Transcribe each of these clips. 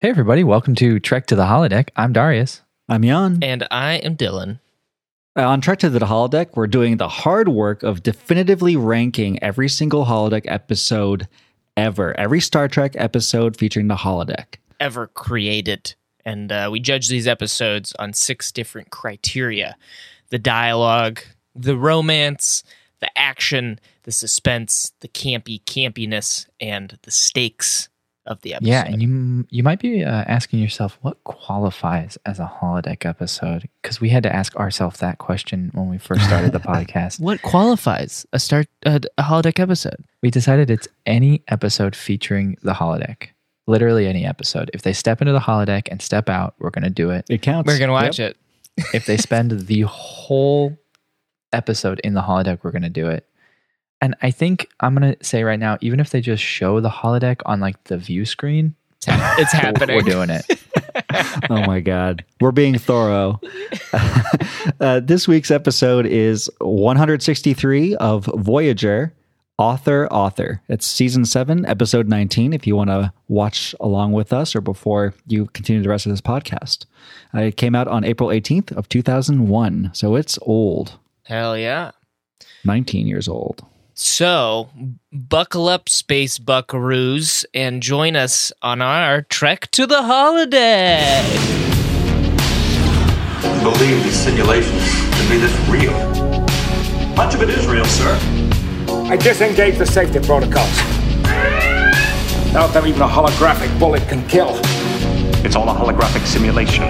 Hey, everybody. Welcome to Trek to the Holodeck. I'm Darius. I'm Jan. And I am Dylan. Uh, on Trek to the Holodeck, we're doing the hard work of definitively ranking every single holodeck episode ever, every Star Trek episode featuring the holodeck. Ever created. And uh, we judge these episodes on six different criteria the dialogue, the romance, the action, the suspense, the campy campiness, and the stakes of the episode. Yeah, and you you might be uh, asking yourself what qualifies as a holodeck episode because we had to ask ourselves that question when we first started the podcast. what qualifies a start uh, a holodeck episode? We decided it's any episode featuring the holodeck. Literally any episode. If they step into the holodeck and step out, we're going to do it. It counts. We're gonna watch it. If they spend the whole episode in the holodeck, we're going to do it. And I think I'm going to say right now, even if they just show the holodeck on like the view screen, It's, hap- it's happening. we're doing it. oh my God. We're being thorough. uh, this week's episode is 163 of Voyager, Author, Author. It's season seven, episode 19, if you want to watch along with us or before you continue the rest of this podcast. Uh, it came out on April 18th of 2001. So it's old, Hell yeah. 19 years old. So, buckle up, space buckaroos, and join us on our trek to the holiday. believe these simulations to be this real. Much of it is real, sir. I disengage the safety protocols. Not that even a holographic bullet can kill. It's all a holographic simulation.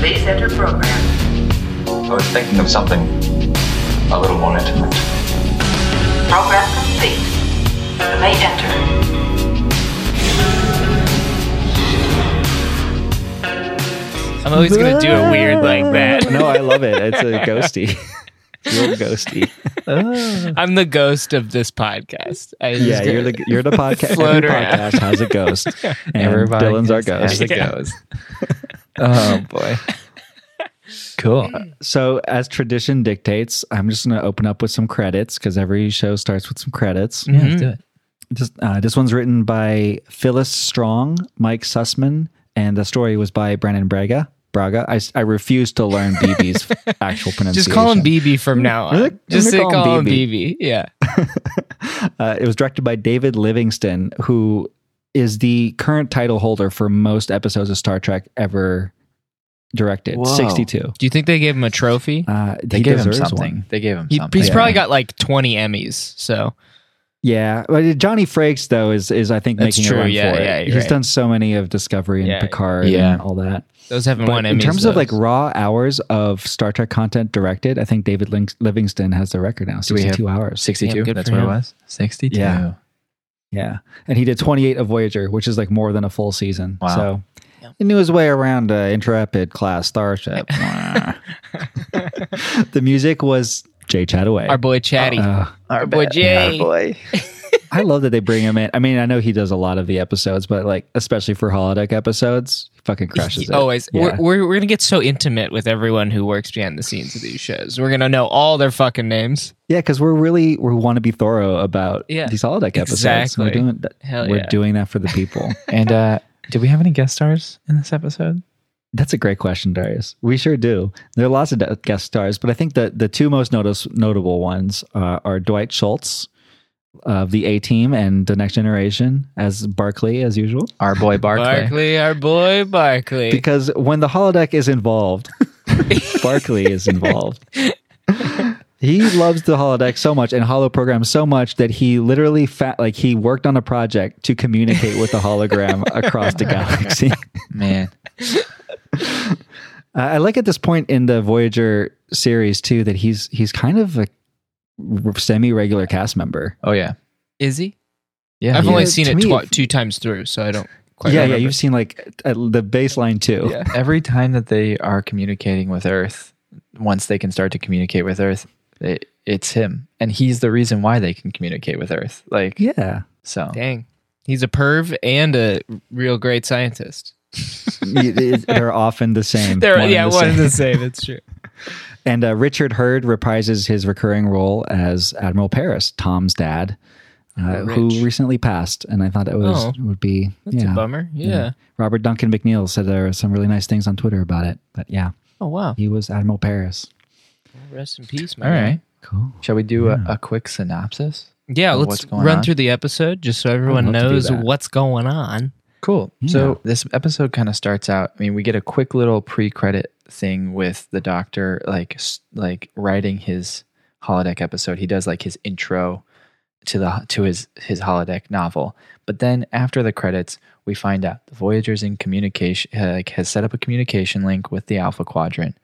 Please enter program. I was thinking of something a little more intimate. Program complete. You may enter. I'm always gonna do it weird like that. No, I love it. It's a ghosty. Real ghosty. I'm the ghost of this podcast. I just Yeah, go- you're the you're the podcast. Float Every around. podcast has a ghost. And Everybody Dylan's our has- ghost. Um, has a ghost. oh boy. Cool. So, as tradition dictates, I'm just going to open up with some credits because every show starts with some credits. Yeah, let's do it. This, uh, this one's written by Phyllis Strong, Mike Sussman, and the story was by Brandon Braga. Braga. I, s- I refuse to learn BB's actual pronunciation. just call him BB from now Really? on. Just They say call him call him BB. BB. Yeah. Uh, it was directed by David Livingston, who is the current title holder for most episodes of Star Trek ever directed. Whoa. 62. Do you think they gave him a trophy? Uh, They he gave him deserves something. one. They gave him He- something. he's yeah. probably got like 20 Emmys. So Yeah, but Johnny Frakes though is is I think That's making true, a run yeah, for it. yeah, you're He's right. done so many of Discovery and Yeah, Picard yeah. and all that. those haven't But won Emmys. in terms of those. like raw hours of Star Trek content directed, I think David Link- Livingston has the record now, we have- sixty-two hours. Sixty-two. Damn, good that's for what it him. was. Sixty-two. Yeah. Yeah, and he did twenty-eight of Voyager, which is like more than a full season. Wow. So he knew his way around uh, Intrepid class starship. the music was Jay Chataway. our boy Chatty, Uh, our boy Jay. boy. I love that they bring him in. I mean, I know he does a lot of the episodes, but like especially for holodeck episodes, he fucking crushes it. He Always. Yeah. We're, we're, we're going to get so intimate with everyone who works behind the scenes of these shows. We're going to know all their fucking names. Yeah, because we're really we want to be thorough about Yeah. these holodeck episodes. Exactly. We're doing that. Hell we're yeah. doing that for the people. And uh, did we have any guest stars in this episode? That's a great question, Darius. We sure do. There are lots of de- guest stars, but I think that the two most notice- notable ones uh, are Dwight Schultz of the A Team and the Next Generation as Barclay, as usual. Our boy Barclay. Barkley, our boy Barkley. Because when the holodeck is involved, Barkley is involved. He loves the holodeck so much and holo program so much that he literally fa- like he worked on a project to communicate with the hologram across the galaxy. Man. Uh, I like at this point in the Voyager series too that he's he's kind of a semi regular cast member. Oh yeah. Is he? Yeah. I've he Yeah, only is. seen to it me, twi- if- two times through, so I don't quite yeah, remember. yeah, you've seen like uh, the baseline too. Yeah. Every time that they are communicating with Earth, once they can start to communicate with Earth, it, it's him, and he's the reason why they can communicate with Earth. Like Yeah. so. Dang. He's a perv and a real great scientist. It- it- They're often the same. They're, and yeah, the one same. and the same. That's true. And uh, Richard Hurd reprises his recurring role as Admiral Paris, Tom's dad. uh, Oh, Rich. who recently passed, and I thought that was Oh. would be That's yeah. a bummer. Yeah. Robert Duncan McNeil said there are some really nice things on Twitter about it, but yeah, Oh wow. he was Admiral Paris. Rest in peace, man. All right. Cool. Shall we do a, a quick synopsis? Yeah, Of let's what's going run on? through the episode just so everyone love to do knows that. what's going on. Cool. So this episode kind of starts out. I mean, we get a quick little pre-credit thing with the doctor, like s- like writing his holodeck episode. He does like his intro to the to his his holodeck novel. But then after the credits, we find out the Voyager's in communication uh, like has set up a communication link with the Alpha Quadrant,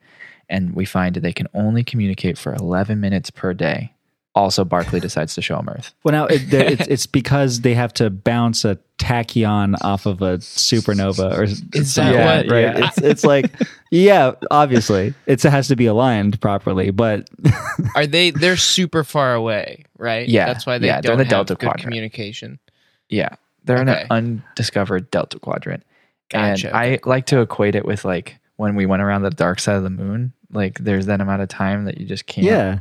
and we find that they can only communicate for eleven minutes per day. Also, Barclay decides to show him Earth. Well, now it, there- it's, it's because they have to bounce a tachyon off of a supernova, or s- Is something, that what- right? yeah. It's, it's like, yeah, obviously, it's, it has to be aligned properly, but Are they? They're super far away, right? Yeah, that's why they yeah, they're don't in have the Delta good Quadrant. communication. Yeah. They're Okay. in an undiscovered Delta Quadrant. Gotcha. And I like to equate it with like when we went around the dark side of the moon, like there's that amount of time that you just can't. yeah,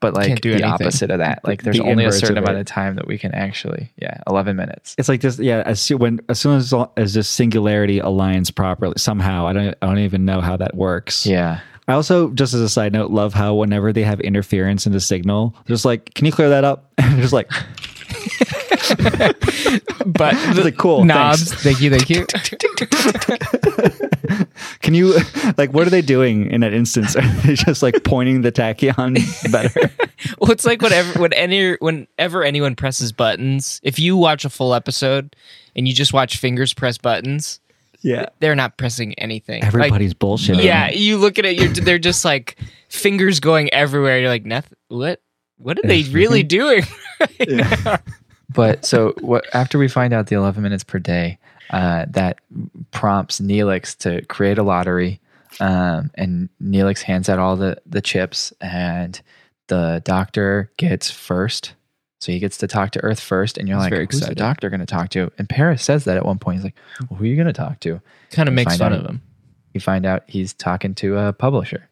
But like Can't do the anything. opposite of that. Like there's The only a inverse certain of amount it. of time that we can actually, yeah, 11 minutes. it's like this. Yeah, as soon, when as soon as as this singularity aligns properly somehow, I don't I don't even know how that works. Yeah. I also, just as a side note, love how whenever they have interference in the signal, they're just like, can you clear that up? And just like, But It's like, cool, knobs. thanks. Thank you, thank you. Can you like what are they doing in that instance? Are they just like pointing the tachyon better? well, it's like whenever when any whenever anyone presses buttons. If you watch a full episode and you just watch fingers press buttons, yeah. they're not pressing anything. Like, Everybody's bullshit. yeah, you look at it. You're, they're just like fingers going everywhere. You're like, nothing. What? What are they really doing? But so what, after we find out the 11 minutes per day, uh, that prompts Neelix to create a lottery. Um, and Neelix hands out all the, the chips, and the doctor gets first. So he gets to talk to Earth first, and you're He's like, very "Who's the excited. doctor going to talk to?" And Paris says that at one point. He's like, well, "Who are you going to talk to?" kind of makes Find fun out. of them. You find out he's talking to a publisher.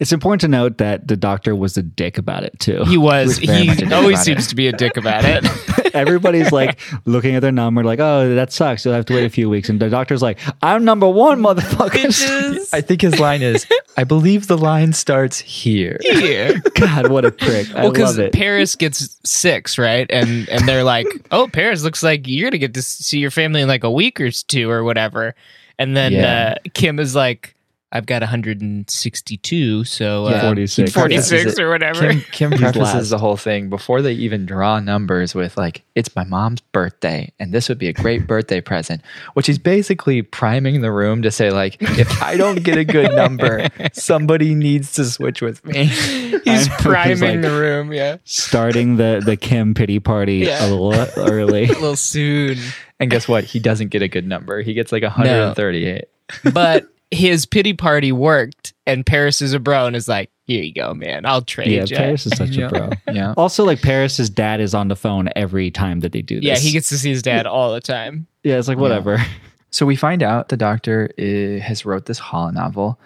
It's important to note that the doctor was a dick about it too. He was. He was very He much a dick always about seems it. to be a dick about it. Everybody's like looking at their number, like, oh, that sucks. You'll have to wait a few weeks. And the doctor's like, I'm number one, motherfuckers. Bitches. I think his line is, "I believe the line starts here." Yeah. God, what a prick. I Well, love because it. Paris gets six, right? And and they're like, "Oh, Paris looks like you're gonna get to see your family in like a week or two or whatever." And then Yeah. uh, Kim is like, "I've got 162, so uh, Yeah. 46. 46 or whatever." Kim, Kim He's prefaces last. the whole thing before they even draw numbers with like, "It's my mom's birthday, and this would be a great birthday present," which is basically priming the room to say like, "If I don't get a good number, somebody needs to switch with me." He's I know, he's priming like- the room, yeah, Starting the, the Kim pity party Yeah. a little early. a little soon. And guess what? He doesn't get a good number. He gets like 138. But his pity party worked, and Paris is a bro and is like, "Here you go, man. I'll trade Yeah, you." Paris is such a bro. Yeah. Also, like Paris's dad is on the phone every time that they do this. yeah, he gets to see his dad all the time. Yeah, it's like whatever. So we find out the doctor i has wrote this hollow novel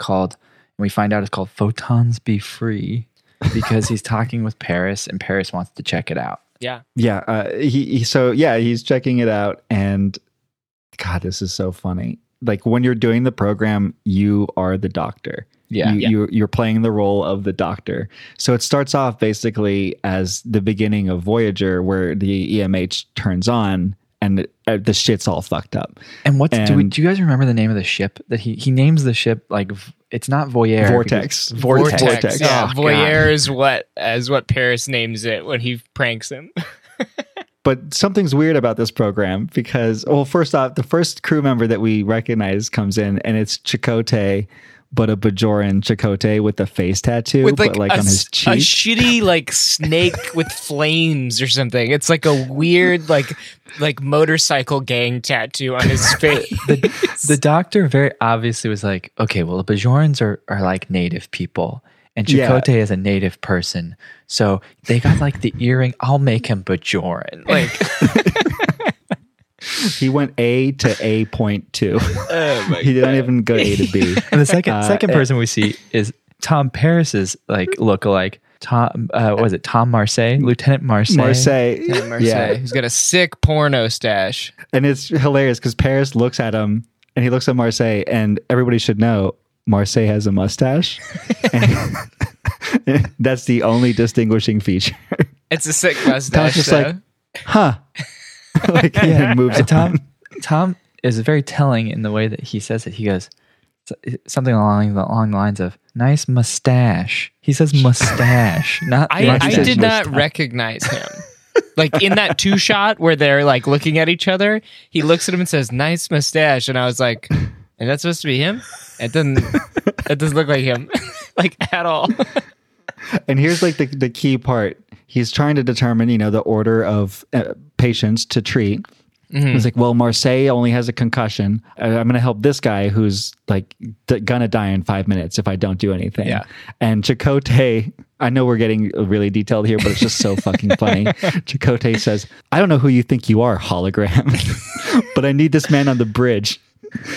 called, and we find out it's called Photons Be Free because he's talking with Paris and Paris wants to check it out. Yeah, Yeah. Uh, he, he so yeah, he's checking it out, and God, this is so funny. Like when you're doing the program, you are the doctor. Yeah. you, Yeah. You, you're playing the role of the doctor. So it starts off basically as the beginning of Voyager, where the EMH turns on and uh, the shit's all fucked up. And what's do, we, And- do you guys remember the name of the ship that he he names the ship like v- it's not Voyeur Vortex. because- Vortex. Vortex. Yeah, Oh, voyeur God. is what is what Paris names it when he pranks him. But something's weird about this program because, well, first off, the first crew member that we recognize comes in and it's Chicote, but a Bajoran Chicote with a face tattoo, but like a, on his s- a cheek. shitty like snake with flames or something. It's like a weird like like motorcycle gang tattoo on his face. The doctor very obviously was like, okay, well, the Bajorans are, are like native people, and Yeah. Chakotay is a native person, so they got like the earring. I'll make him Bajoran. Like, he went A to A.2. Oh he didn't even go A to B. and the second Uh, second person we see is Tom Paris's like lookalike, Tom, uh, what was it? Tom Marseille, Lieutenant Marseille. Marseille. Tim Marseille. Yeah. He's got a sick porno stash. And it's hilarious because Paris looks at him and he looks at Marseille, and everybody should know Marseille has a mustache. And that's the only distinguishing feature. It's a sick Tom's mustache. just though. like, huh. like, yeah, and moves And Tom, on. Tom is very telling in the way that he says it. He goes s- something along the along the lines of "nice mustache." He says mustache, not I, I mustache. did not recognize him. like in that two shot where they're like looking at each other, he looks at him and says, "Nice mustache," and I was like, "And that's supposed to be him? It doesn't. It doesn't look like him, like at all." And here's like the, the key part. He's trying to determine, you know, the order of uh, patients to treat. He's like, well, Marseille only has a concussion. I- I'm going to help this guy who's like d- going to die in five minutes if I don't do anything. Yeah. And Chakotay, I know we're getting really detailed here, but it's just so fucking funny. Chakotay says, I don't know who you think you are, hologram, but I need this man on the bridge.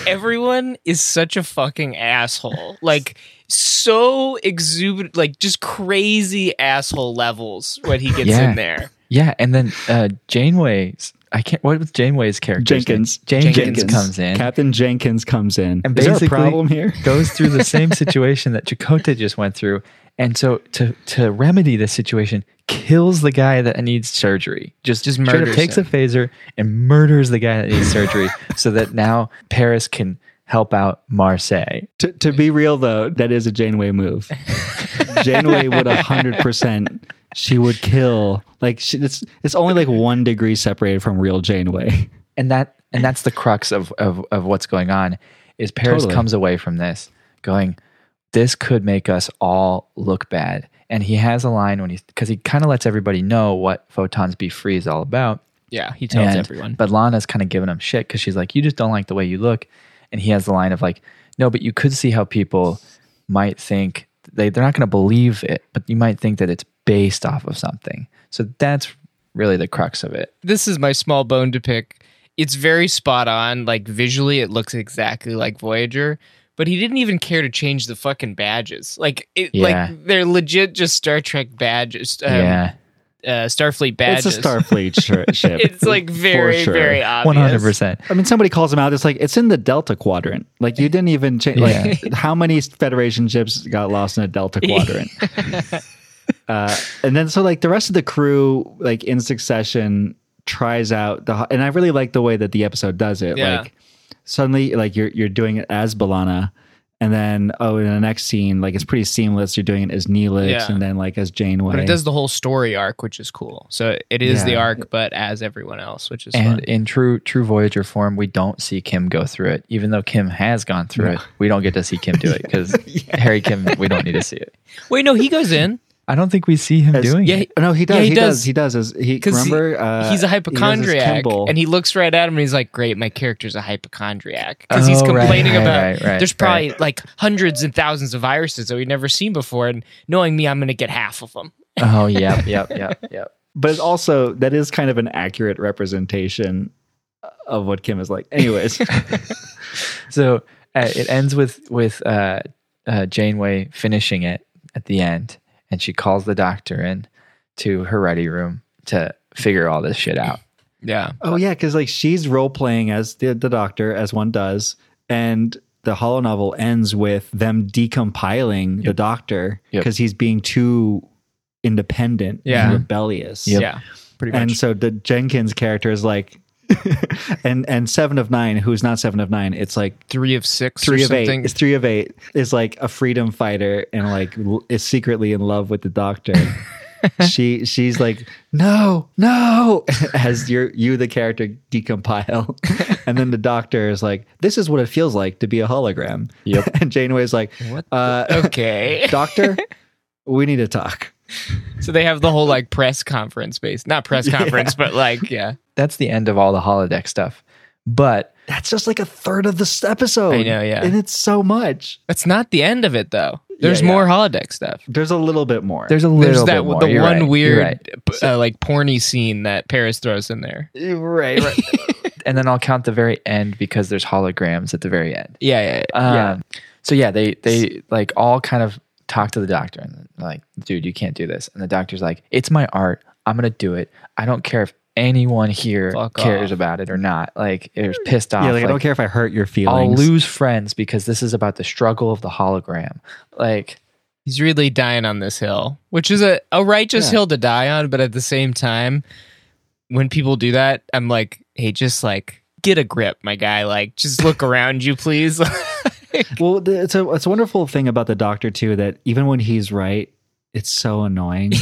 Everyone is such a fucking asshole. Like so exuberant, like just crazy asshole levels when he gets Yeah. in there. Yeah, and then uh, Janeway's. I can't. What was Janeway's character? Jenkins. Jenkins, comes in. Captain Jenkins comes in. and Is there basically a problem here? goes through the same situation that Chakotay just went through, and so to to remedy this situation, kills the guy that needs surgery. Just Just straight up murders takes him. a phaser and murders the guy that needs surgery, so that now Paris can help out Marseille. To, to be real though, that is a Janeway move. Janeway would hundred percent. She would kill. Like she, it's it's only like one degree separated from real Janeway. and that and that's the crux of of, of what's going on is paris Totally. comes away from this going this could make us all look bad and he has a line when he's because he kind of lets everybody know what photons be free is all about Yeah, he tells And- everyone. but lana's kind of giving him shit because she's like you just don't like the way you look and he has the line of like no but you could see how people might think they, they're not going to believe it but you might think that it's based off of something so that's really the crux of it this is my small bone to pick. It's very spot on. Like visually, it looks exactly like Voyager, but he didn't even care to change the fucking badges. Like, it, Yeah. like they're legit just Star Trek badges. Um, yeah uh, Starfleet badges. It's a Starfleet shir- ship. It's like for very, sure. very obvious. One hundred percent. I mean, somebody calls him out. It's like it's in the Delta Quadrant. Like you didn't even change. Like how many Federation ships got lost in a Delta Quadrant? uh, and then so like the rest of the crew, like in succession, tries out the. ho- And I really like the way that the episode does it. Yeah. Like suddenly, like you're you're doing it as Balana. And then, oh, in the next scene, like it's pretty seamless. You're doing it as Neelix, Yeah. and then like as Janeway. But it does the whole story arc, which is cool. So it is the Yeah. arc, but as everyone else, which is And fun. in true true Voyager form, we don't see Kim go through it. Even though Kim has gone through it, we don't get to see Kim do it because Harry Kim, we don't need to see it. Wait, no, he goes in. I don't think we see him As- doing Yeah, it. no, he does. Yeah, he he, does. does. He does. As he Because he- remember, uh, he he's a does his hypochondriac, Kimball. and he looks right at him and he's like, "Great, my character's a hypochondriac because he's Oh, right, complaining right, about right, right, there's right. probably like hundreds and thousands of viruses that we've never seen before, and knowing me, I'm gonna get half of them." Oh yep, yep, yep, yep. but it's also that is kind of an accurate representation of what Kim is like. Anyways, So uh, it ends with with uh, uh, Janeway finishing it at the end, and she calls the doctor in to her ready room to figure all this shit out. Yeah, oh yeah, because like she's role playing as the, the doctor, as one does, and the hollow novel ends with them decompiling the doctor Yep. because he's being too independent Yeah. and rebellious. yeah, pretty much. And so the Jenkins character is like, and and seven of nine, who's not seven of nine, it's like three of six, three or of eight something. is three of eight is like a freedom fighter and like l- is secretly in love with the doctor she she's like no no as your you the character decompile and then the doctor is like this is what it feels like to be a hologram Yep. and janeway's like What uh Okay, doctor we need to talk so they have the whole like press conference based, not press conference, but like yeah, That's the end of all the holodeck stuff. But that's just like a third of this episode I know, yeah. and it's so much that's not the end of it though. There's yeah. more holodeck stuff. there's a little bit more there's a little There's that bit more. the You're one right. You're weird right. uh, like porny scene that Paris throws in there. right, right. and then I'll count the very end because there's holograms at the very end. Yeah, yeah, yeah. Um, So yeah, they they like all kind of talk to the doctor and like, dude, you can't do this. And the doctor's like, it's my art. I'm gonna do it. I don't care if anyone here Fuck cares off. about it or not. Like, it was pissed off. Hmm. Yeah, like, I Like, don't care if I hurt your I'll feelings. lose friends because this is about the struggle of the hologram. Like, He's really dying on this hill, which is a, a righteous hill to die on, but at the same time, when people do that, I'm like, hey, just like get a grip, my guy. Like, just look around you, please. Well, th- it's a it's a wonderful thing about the doctor too that even when he's right, it's so annoying.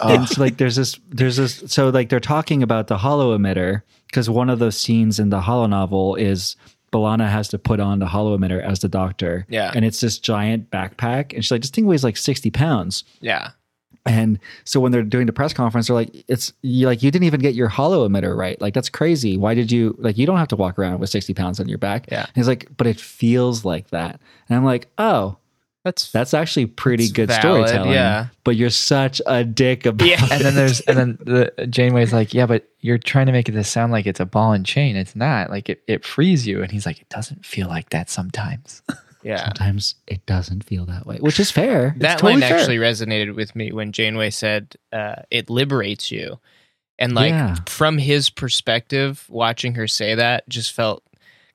and so, like there's this there's this so like they're talking about the hollow emitter because one of those scenes in the hollow novel is Balana has to put on the hollow emitter as the doctor. Yeah. And it's this giant backpack. And she's like, this thing weighs like 60 pounds. yeah. And so when they're doing the press conference, they're like, it's you like you didn't even get your hollow emitter right. Like that's crazy. Why did you like you don't have to walk around with 60 pounds on your back? Yeah. And he's like, but it feels like that. And I'm like, oh, That's that's actually pretty It's good valid, storytelling. yeah. But you're such a dick about Yeah. and then there's and then the Janeway's like, yeah, but you're trying to make it sound like it's a ball and chain. It's not. Like it, it frees you. And he's like, it doesn't feel like that sometimes. yeah. Sometimes it doesn't feel that way, which is fair. It's that totally line fair. actually resonated with me when Janeway said uh, it liberates you, and like Yeah. from his perspective, watching her say that just felt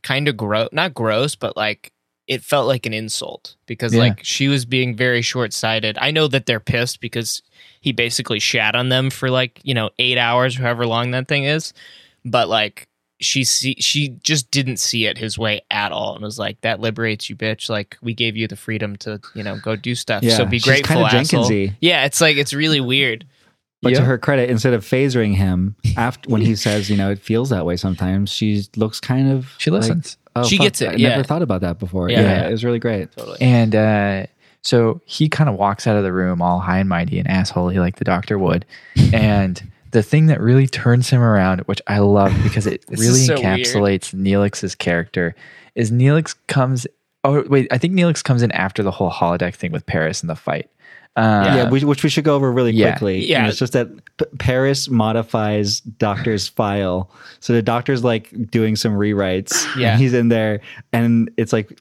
kind of gross. Not gross, but like it felt like an insult because Yeah. like she was being very short sighted. I know that they're pissed because he basically shat on them for like you know eight hours, however long that thing is, but like. She see she just didn't see it his way at all, and was like, "That liberates you, bitch! Like we gave you the freedom to, you know, go do stuff." Yeah, so be she's grateful, kinda asshole. Jenkinsy. Yeah, it's like it's really weird. But to Yep. her credit, instead of phasering him after when he says, you know, it feels that way sometimes, she looks kind of She like, listens. oh, She fuck, gets it, I yeah. never thought about that before. Yeah. Yeah, it was really great. And uh, so he kind of walks out of the room all high and mighty and asshole, like the doctor would. And the thing that really turns him around, which I love because it This really is so weird. encapsulates Neelix's character, is Neelix comes. Oh wait, I think Neelix comes in after the whole holodeck thing with Paris and the fight. Um, yeah, we, which we should go over really Yeah. quickly. Yeah. And it's just that P- Paris modifies Doctor's file, so the Doctor's like doing some rewrites. Yeah. and he's in there, and it's like,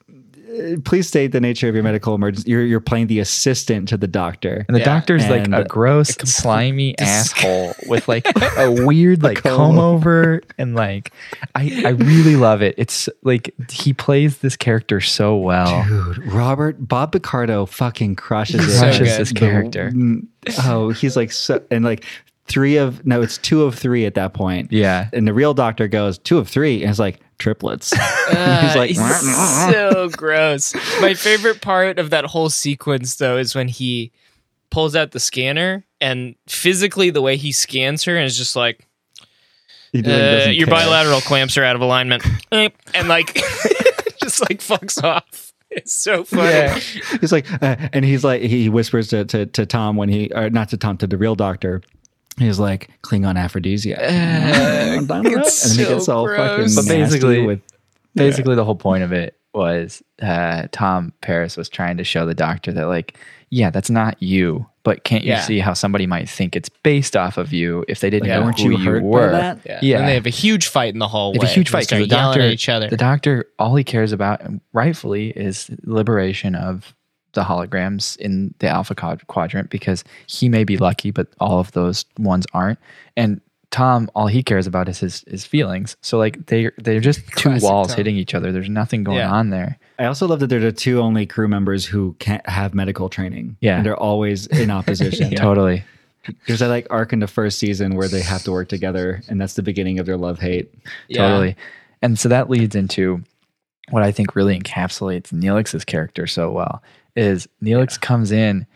uh, please state the nature of your medical emergency. You're you're playing the assistant to the Doctor. And the Yeah. doctor's And like a gross, slimy asshole with like a weird like comb. comb over and like I I really love it. It's like he plays this character so well. Dude, Robert Bob Picardo fucking crushes it. so Crushes good. this character. Mm, Oh, he's like so, and like three of no, it's two of three at that point. Yeah. And the real doctor goes two of three, and it's like triplets. Uh, he's like, it's "Mwah, mwah, mwah." so gross. My favorite part of that whole sequence, though, is when he pulls out the scanner and physically the way he scans her and is just like, He uh, really doesn't your care. bilateral clamps are out of alignment, Eep. and like just like fucks off. It's so funny. He's like, uh, and he's like, he whispers to, to to Tom when he, or not to Tom, to the real doctor. He's like Klingon aphrodisiac, and then he so gets all fucking gross. But nasty basically- with Basically the whole point of it was uh Tom Paris was trying to show the doctor that like, yeah, that's not you. But can't you Yeah. see how somebody might think it's based off of you if they didn't Like, know weren't who you you hurt by were? that? Yeah. Yeah. And they have a huge fight in the hallway. It's a huge fight They start because the yelling doctor, at each other. the doctor, all he cares about, and rightfully, is liberation of the holograms in the Alpha quad- Quadrant because he may be lucky, but all of those ones aren't. And Tom, all he cares about is his his feelings. So like they they're just two Classic walls Tom. hitting each other. There's nothing going Yeah. on there. I also love that they're the two only crew members who can't have medical training. Yeah. And they're always in opposition. Totally. There's that like arc in the first season where they have to work together and that's the beginning of their love hate. Yeah. Totally. And so that leads into what I think really encapsulates Neelix's character so well is Neelix comes in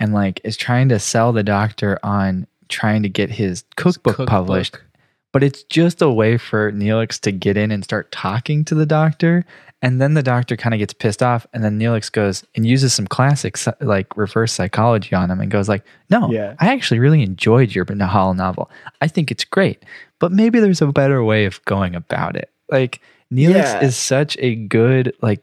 and like is trying to sell the doctor on trying to get his cookbook, cookbook. published. But it's just a way for Neelix to get in and start talking to the doctor. And then the doctor kind of gets pissed off. And then Neelix goes and uses some classic psy- like reverse psychology on him and goes like, no, Yeah. I actually really enjoyed your Nahal novel. I think it's great, but maybe there's a better way of going about it. Like Neelix Yeah. is such a good like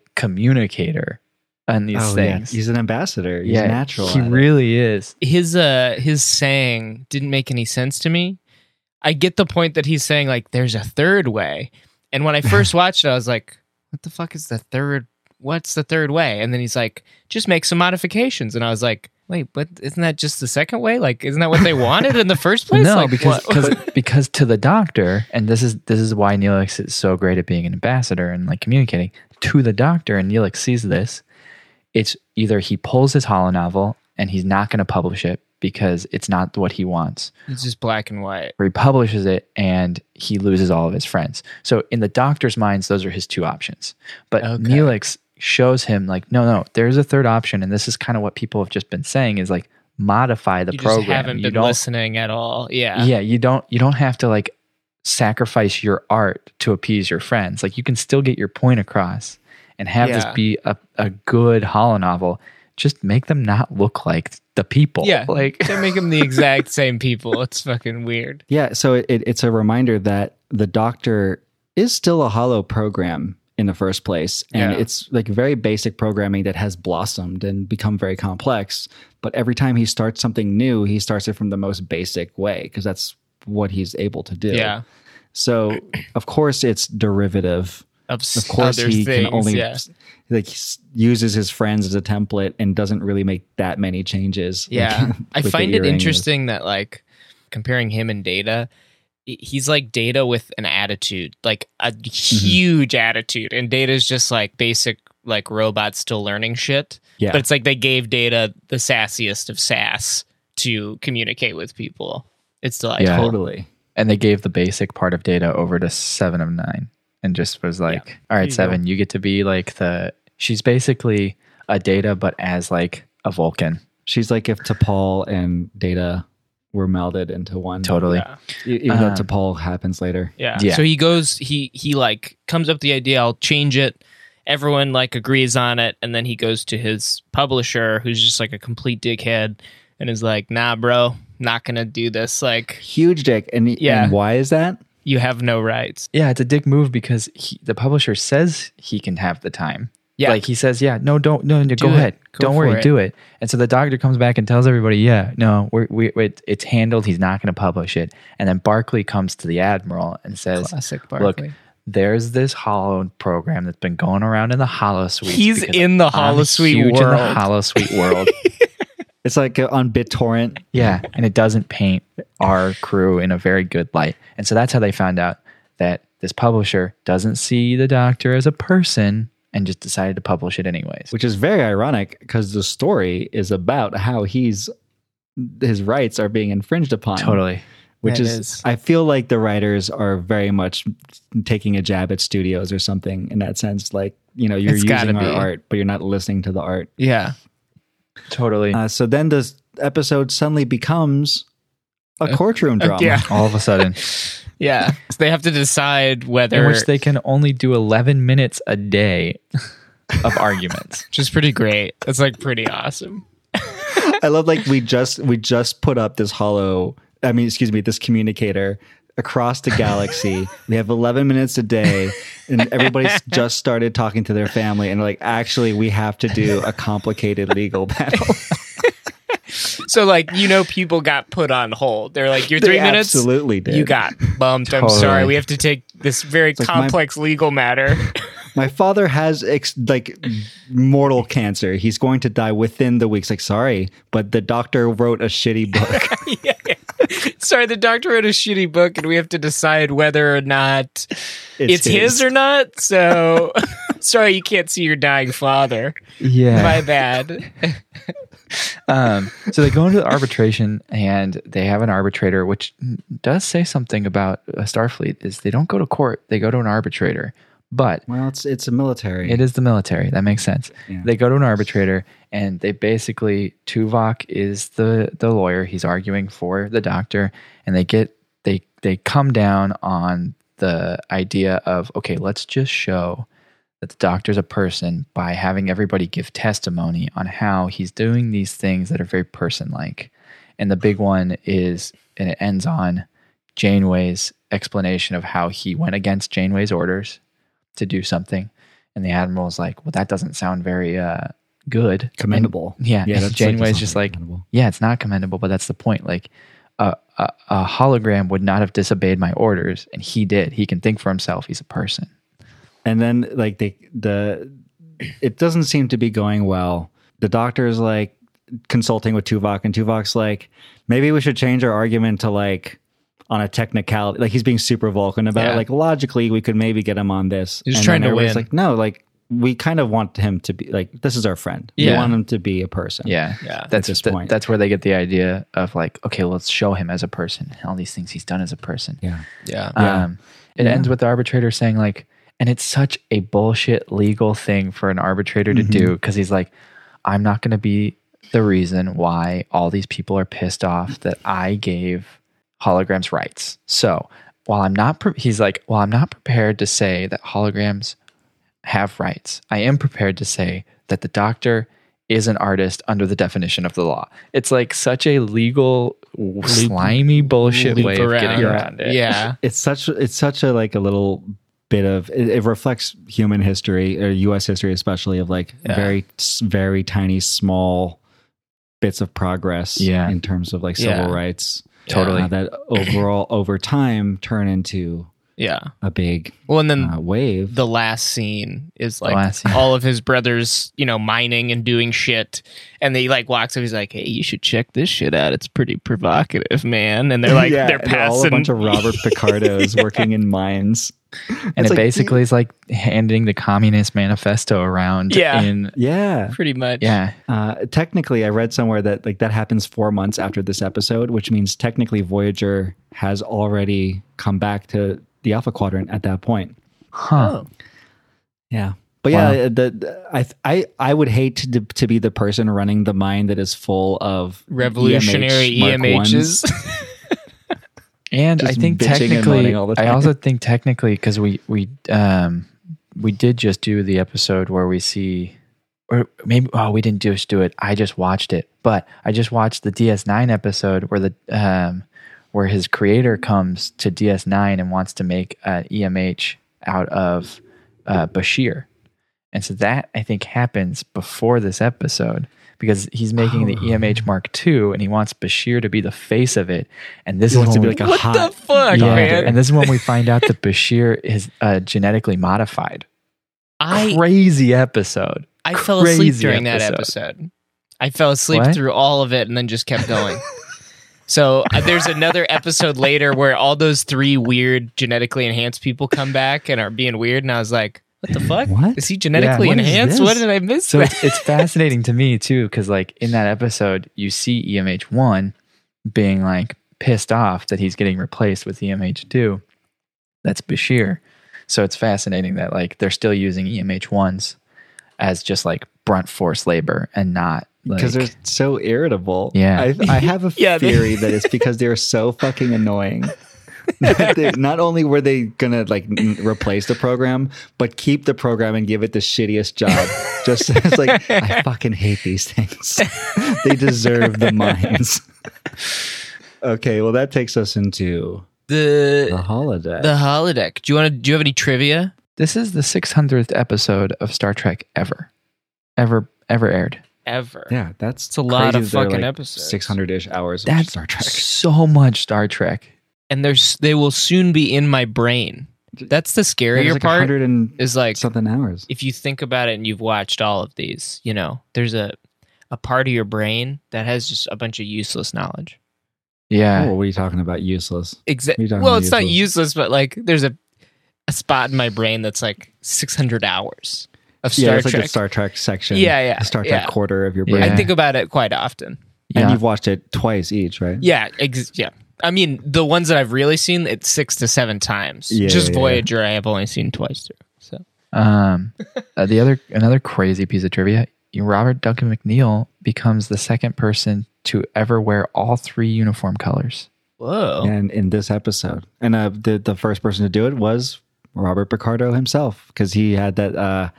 communicator on these things. Oh, He's an ambassador. He's natural. He at it. really is. his uh his saying didn't make any sense to me. I get the point that he's saying like there's a third way. And when I first watched it, I was like, what the fuck is the third what's the third way? And then he's like, just make some modifications. And I was like, wait, but isn't that just the second way? Like, isn't that what they wanted in the first place? no, Like, because what- because because to the doctor, and this is this is why Neelix is so great at being an ambassador and like communicating to the doctor. And Neelix sees this. It's either he pulls his hollow novel and he's not going to publish it because it's not what he wants, it's just black and white. or he publishes it and he loses all of his friends. So in the doctor's minds, those are his two options. But Okay. Neelix shows him like, no, no, there's a third option, and this is kind of what people have just been saying is like modify the you program. just haven't You been don't- listening at all. Yeah. yeah you don't you don't have to like sacrifice your art to appease your friends like you can still get your point across and have this Yeah. be a, a good hollow novel just make them not look like the people Yeah. like They make them the exact same people. It's fucking weird. Yeah, so it, it, it's a reminder that the doctor is still a hollow program in the first place. And Yeah. it's like very basic programming that has blossomed and become very complex. But every time he starts something new, he starts it from the most basic way because that's what he's able to do. Yeah. So, of course, it's derivative. Of, Of course, other he things. can only yeah. like s- uses his friends as a template and doesn't really make that many changes. like, Yeah. I with the find it earring is- interesting that like comparing him and Data, i- he's like Data with an attitude, like a Mm-hmm. huge attitude and Data's just like basic like robot still learning shit. Yeah. But it's like they gave Data the sassiest of sass to communicate with people. It's like Yeah. Totally. and they gave the basic part of data over to seven of nine and just was like all right seven you get to be like the she's basically a data but as like a vulcan She's like if T'Pol and Data were melded into one. totally E- Even though Uh, T'Pol happens later. Yeah. Yeah. So he goes, he he like comes up with the idea, I'll change it. Everyone like agrees on it, and then he goes to his publisher, who's just like a complete dickhead, and is like, "Nah, bro, not gonna do this. Like, Huge dick. And, Yeah. and why is that? you have no rights." Yeah, it's a dick move because he, the publisher says he can have the time. Yeah. Like he says, yeah, no, don't, no, no go it. ahead. Go don't for worry, it." do it. And so the doctor comes back and tells everybody, yeah, no, we're, we, it, it's handled. He's not going to publish it. And then Barclay comes to the admiral and says, Classic look, Barclay. there's this hollow program that's been going around in the hollow suite. He's in the Holosuite In the world. hollow suite world. It's like uh, on BitTorrent. Yeah, and it doesn't paint our crew in a very good light. And so that's how they found out that this publisher doesn't see the doctor as a person and just decided to publish it anyways. which is very ironic because the story is about how he's his rights are being infringed upon. Totally. Which That is, is- I feel like the writers are very much taking a jab at studios or something in that sense. Like, you know, you're It's gotta using our be. art, but you're not listening to the art. Yeah. Totally. Uh, so then this episode suddenly becomes a courtroom drama. yeah. All of a sudden, Yeah. so they have to decide whether, in which they can only do 11 minutes a day of arguments. which is pretty great. That's like pretty awesome. I love like we just we just put up this hollow. I mean, excuse me, this communicator across the galaxy. we have 11 minutes a day, and everybody's just started talking to their family, and like actually, we have to do a complicated legal battle. So like, you know, people got put on hold. They're like, "Your three They minutes." absolutely did. You got bumped. I'm Totally. sorry. We have to take this very like my- complex legal matter. My father has ex- like mortal cancer. He's going to die within the weeks. Like, sorry, but the doctor wrote a shitty book. Sorry, the doctor wrote a shitty book, and we have to decide whether or not it's, his. or not. So, sorry, you can't see your dying father. Yeah. My bad. um, so they go into the arbitration and they have an arbitrator, which does say something about uh, Starfleet is they don't go to court, they go to an arbitrator. But Well, it's it's a military. It is the military. That makes sense. They go to an arbitrator and they basically Tuvok is the the lawyer. He's arguing for the doctor and they get they they come down on the idea of okay, let's just show that the doctor's a person by having everybody give testimony on how he's doing these things that are very person like. And the big one is and it ends on Janeway's explanation of how he went against Janeway's orders to do something. And the admiral's like, well, that doesn't sound very uh, good. commendable. And- yeah. that's And like, Janeway's it's not just like, commendable. yeah, it's not commendable, but that's the point. Like, a, a, a hologram would not have disobeyed my orders, and he did. He can think for himself. He's a person. and then like they the it doesn't seem to be going well. The doctor is like consulting with Tuvok, and Tuvok's like, maybe we should change our argument to like on a technicality. Like he's being super Vulcan about Yeah. it. Like logically, we could maybe get him on this. He's And trying to then everybody's win. Like no, like we kind of want him to be like this is our friend. We Yeah. want him to be a person. Yeah, Yeah. At That's this the- point. that's where they get the idea of like, okay, let's show him as a person and all these things he's done as a person. Yeah. Yeah. Yeah. Um, it ends with the arbitrator saying like, and it's such a bullshit legal thing for an arbitrator Mm-hmm. to do because he's like, I'm not going to be the reason why all these people are pissed off that I gave holograms rights. So while I'm not, pre- he's like, while I'm not prepared to say that holograms have rights, I am prepared to say that the doctor is an artist under the definition of the law. It's like such a legal, slimy bullshit Loop way of getting around it. Yeah. it's such it's such a like a little bit of it, it reflects human history or U.S. history especially of like Yeah. very s- very tiny small bits of progress Yeah. in terms of like civil Yeah. rights Totally. uh, that overall over time turn into Yeah. a big Well, and then uh, wave the last scene is like last scene. all of his brothers, you know, mining and doing shit. And they like walks up. He's like, "Hey, you should check this shit out. It's pretty provocative, man." And they're like, Yeah, they're and all a passing. bunch of Robert Picardos working in mines and It's it like- basically is like handing the communist manifesto around Yeah. in yeah pretty much. yeah Uh, technically, I read somewhere that like that happens four months after this episode, which means technically Voyager has already come back to the Alpha Quadrant at that point. huh Yeah, but Wow. yeah, uh, the, the- I I I would hate to, to be the person running the mine that is full of Revolutionary E EMH E Mark Is EMHs. and i Just think bitching and technically moaning all the i time. also think technically because we we um we did just do the episode where we see or maybe oh we didn't just do it i just watched it but i just watched the ds9 episode where the um where his creator comes to ds9 and wants to make an emh out of uh, bashir And so that I think happens before this episode because he's making Oh. the EMH Mark II and he wants Bashir to be the face of it. And this He is wants to when be we- like a hot. the fuck, yeah, man? and this is when we find out that Bashir is uh, genetically modified. I Crazy episode. I fell asleep crazy during that episode. episode. I fell asleep What? through all of it and then just kept going. so uh, there's another episode later where all those three weird genetically enhanced people come back and are being weird, and I was like, "What the fuck? What? is he genetically Yeah, what is enhanced? this? What did I miss?" So it's, it's fascinating to me too because like in that episode you see EMH one being like pissed off that he's getting replaced with EMH two. That's Bashir. So it's fascinating that like they're still using EMH ones as just like brunt force labor and not like because they're so irritable. Yeah. I, I have a Yeah, they- theory that it's because they're so fucking annoying. That they- not only were they gonna like n- replace the program, but keep the program and give it the shittiest job. Just it's like I fucking hate these things. they deserve the mines. okay, well that takes us into the the holiday. the holodeck. Do you want to? Do you have any trivia? this is the 600th episode of Star Trek ever, ever, ever aired. Ever? yeah, that's It's a lot of fucking episodes. Six hundred ish hours. Of That's Star Trek. So much Star Trek. And there's they will soon be in my brain. That's the Yeah, scarier there's like part. 100 and Is like something hours. if you think about it and you've watched all of these, you know, there's a a part of your brain that has just a bunch of useless knowledge. Yeah. Oh, what are you talking about? Useless. Exactly. You're talking Well, about it's not useless, but like there's a a spot in my brain that's like 600 hours of Star yeah, it's Trek. like the Star Trek section. Yeah, yeah, The Star Trek yeah. quarter of your Yeah. brain. I think about it quite often. And Yeah. you've watched it twice each, right? Yeah, ex- yeah. I mean, the ones that I've really seen, it's six to seven times. Yeah, Just yeah, yeah. Voyager, I have only seen twice through. So Um, uh, the other another crazy piece of trivia: Robert Duncan McNeil becomes the second person to ever wear all three uniform colors. whoa, And in this episode, and uh, the the first person to do it was Robert Picardo himself because he had that. Uh,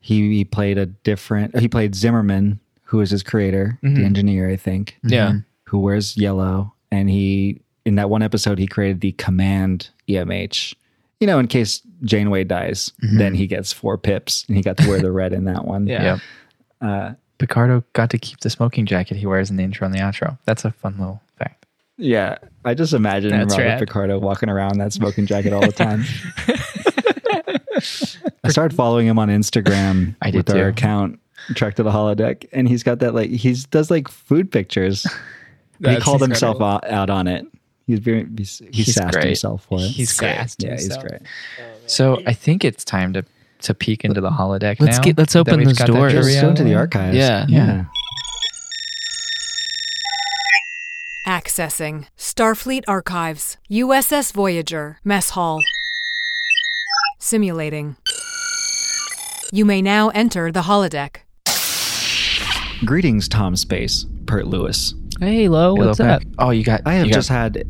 he he played a different. He played Zimmerman, who was his creator, the engineer, I think. Mm-hmm. Mm-hmm. yeah, Who wears yellow, and he in that one episode he created the command EMH. You know, in case Janeway dies, then he gets four pips, and he got to wear the red in that one. Mm-hmm. yeah. Yep. Picardo got to keep the smoking jacket he wears in the intro and the outro. That's a fun little fact. Yeah, I just imagine That's Robert rad. Picardo walking around in that smoking jacket all the time. I started following him on Instagram I did with our too. account, Trek to the Holodeck, and he's got that like he's does like food pictures. And he That's called himself incredible. out, out on it. He's very he's, he He's sassed great. himself for it. He's great. sassed yeah, he's himself. great. So I think it's time to to peek into the holodeck. Let's now get- let's that open we've those got that doors. Let's trivia go into the out. archives. Yeah. yeah. Accessing Starfleet Archives, USS Voyager, Mess Hall. Simulating. You may now enter the holodeck. Greetings, Tom Space, Pert Lewis. Hey, Lo, Hello, what's up? Pat. Oh, you got. I have you got- just had.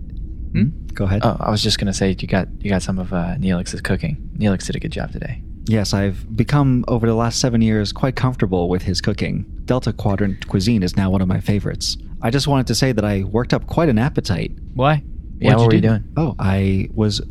Go ahead. oh, I was just gonna say you got you got some of uh, Neelix's cooking. Neelix did a good job today. Yes, I've become over the last seven years quite comfortable with his cooking. Delta Quadrant cuisine is now one of my favorites. I just wanted to say that I worked up quite an appetite. Why? Yeah, What'd what you were you do? doing? Oh, I was uh,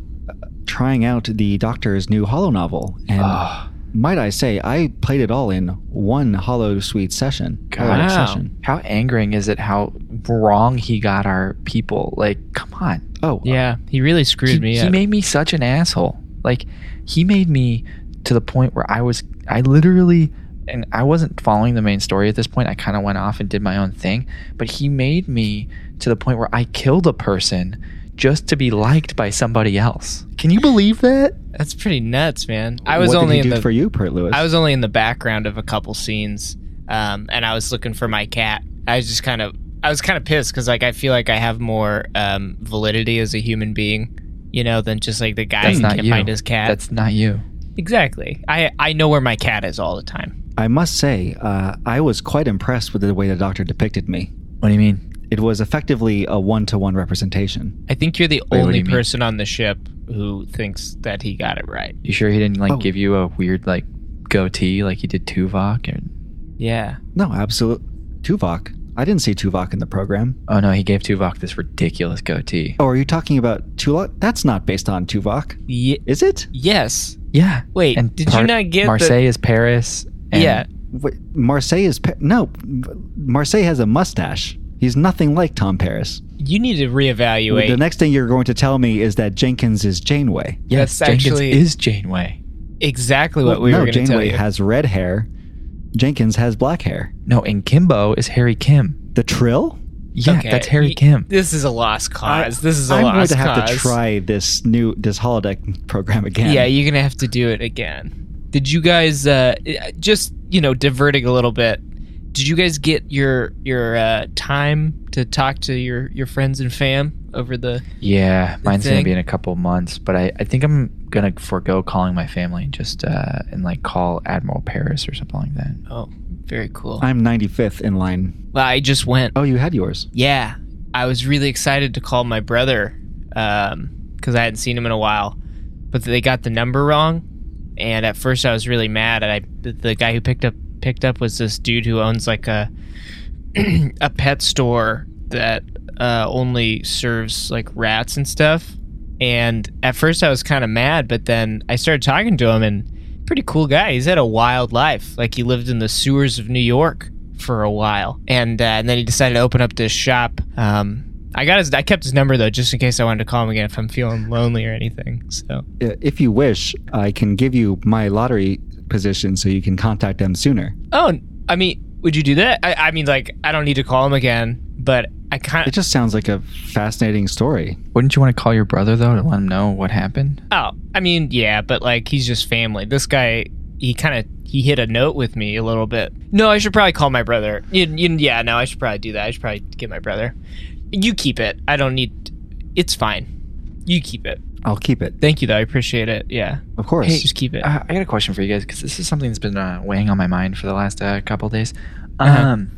trying out the Doctor's new Hollow novel, and Ah. might I say, I played it all in one Hollow Suite session. Holodeck Wow. session. How angering is it? How wrong he got our people? Like, come on. Oh, Yeah, he really screwed He, me he up. made me such an asshole. Like, he made me to the point where I was. I literally. And I wasn't following the main story at this point. I kind of went off and did my own thing. But he made me to the point where I killed a person just to be liked by somebody else. Can you believe that? That's pretty nuts, man. I was what only did he in do the for you, Pert Lewis. I was only in the background of a couple scenes, um, and I was looking for my cat. I was just kind of, I was kind of pissed because like I feel like I have more um, validity as a human being, you know, than just like the guy That's who not can't you. find his cat. That's not you. exactly. I I know where my cat is all the time. I must say, uh, I was quite impressed with the way the Doctor depicted me. What do you mean? It was effectively a one-to-one representation. I think you're the Wait, what do only you mean? person on the ship who thinks that he got it right. You sure he didn't like Oh. give you a weird like goatee like he did Tuvok? And Yeah. No, absolute Tuvok. I didn't see Tuvok in the program. oh no, he gave Tuvok this ridiculous goatee. Oh, are you talking about Tulok? That's not based on Tuvok, Ye- is it? yes. Yeah. Wait, did you not get the- Marseille is Paris? and- yeah. Wait, Marseille is pa- no. Marseille has a mustache. He's nothing like Tom Paris. You need to reevaluate. The next thing you're going to tell me is that Jenkins is Janeway. Yes, That's Jenkins actually- is Janeway. exactly what Well, we no, were going to tell Janeway you. has red hair. Jenkins has black hair. No, and Kimbo is Harry Kim. The Trill. Yeah, Okay, that's Harry y- Kim. This is a lost cause. this is a I'm going lost to have cause. to try this new this holodeck program again. Yeah, you're gonna have to do it again. Did you guys uh, just you know diverting a little bit? Did you guys get your your uh, time to talk to your your friends and fam over the? Yeah, mine's gonna thing. be in a couple months, but I, I think I'm gonna forego calling my family and just uh and like call Admiral Paris or something like that. Oh, very cool. I'm 95th in line. well, I just went. Oh, you had yours. Yeah, I was really excited to call my brother because I hadn't seen him in a while, but they got the number wrong, and at first I was really mad. And I, the guy who picked up picked up was this dude who owns like a a pet store that uh, only serves like rats and stuff. And at first I was kind of mad, but then I started talking to him and pretty cool guy. He's had a wild life. Like he lived in the sewers of New York for a while, and uh, and then he decided to open up this shop. Um, I got his. I kept his number though, just in case I wanted to call him again if I'm feeling lonely or anything. So Uh, if you wish, I can give you my lottery position so you can contact them sooner. oh, I mean, would you do that? I, I mean, like I don't need to call him again, but I kind It of. just sounds like a fascinating story. Wouldn't you want to call your brother though to let him know what happened? Oh, I mean, yeah, but like he's just family. This guy, he kind of he hit a note with me a little bit. No, I should probably call my brother. You, you, yeah, no, I should probably do that. I should probably get my brother. You keep it. I don't need. It's fine. You keep it. I'll keep it. Thank you, though. I appreciate it. Yeah, Of course. Hey, just keep it. Uh, I got a question for you guys because this is something that's been uh, weighing on my mind for the last uh, couple days. Uh-huh. Um,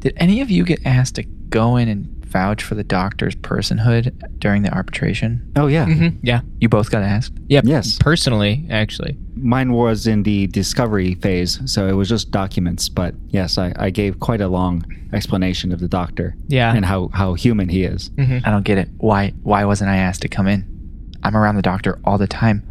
Did any of you get asked to go in and vouch for the doctor's personhood during the arbitration? oh yeah. Mhm, Yeah, You both got asked. yeah. Yes. personally, actually. Mine was in the discovery phase, so it was just documents, but yes, I, I gave quite a long explanation of the doctor. Yeah. Mm-hmm. And how, how human he is. I don't get it. Why? Why wasn't I asked to come in? I'm around the doctor all the time.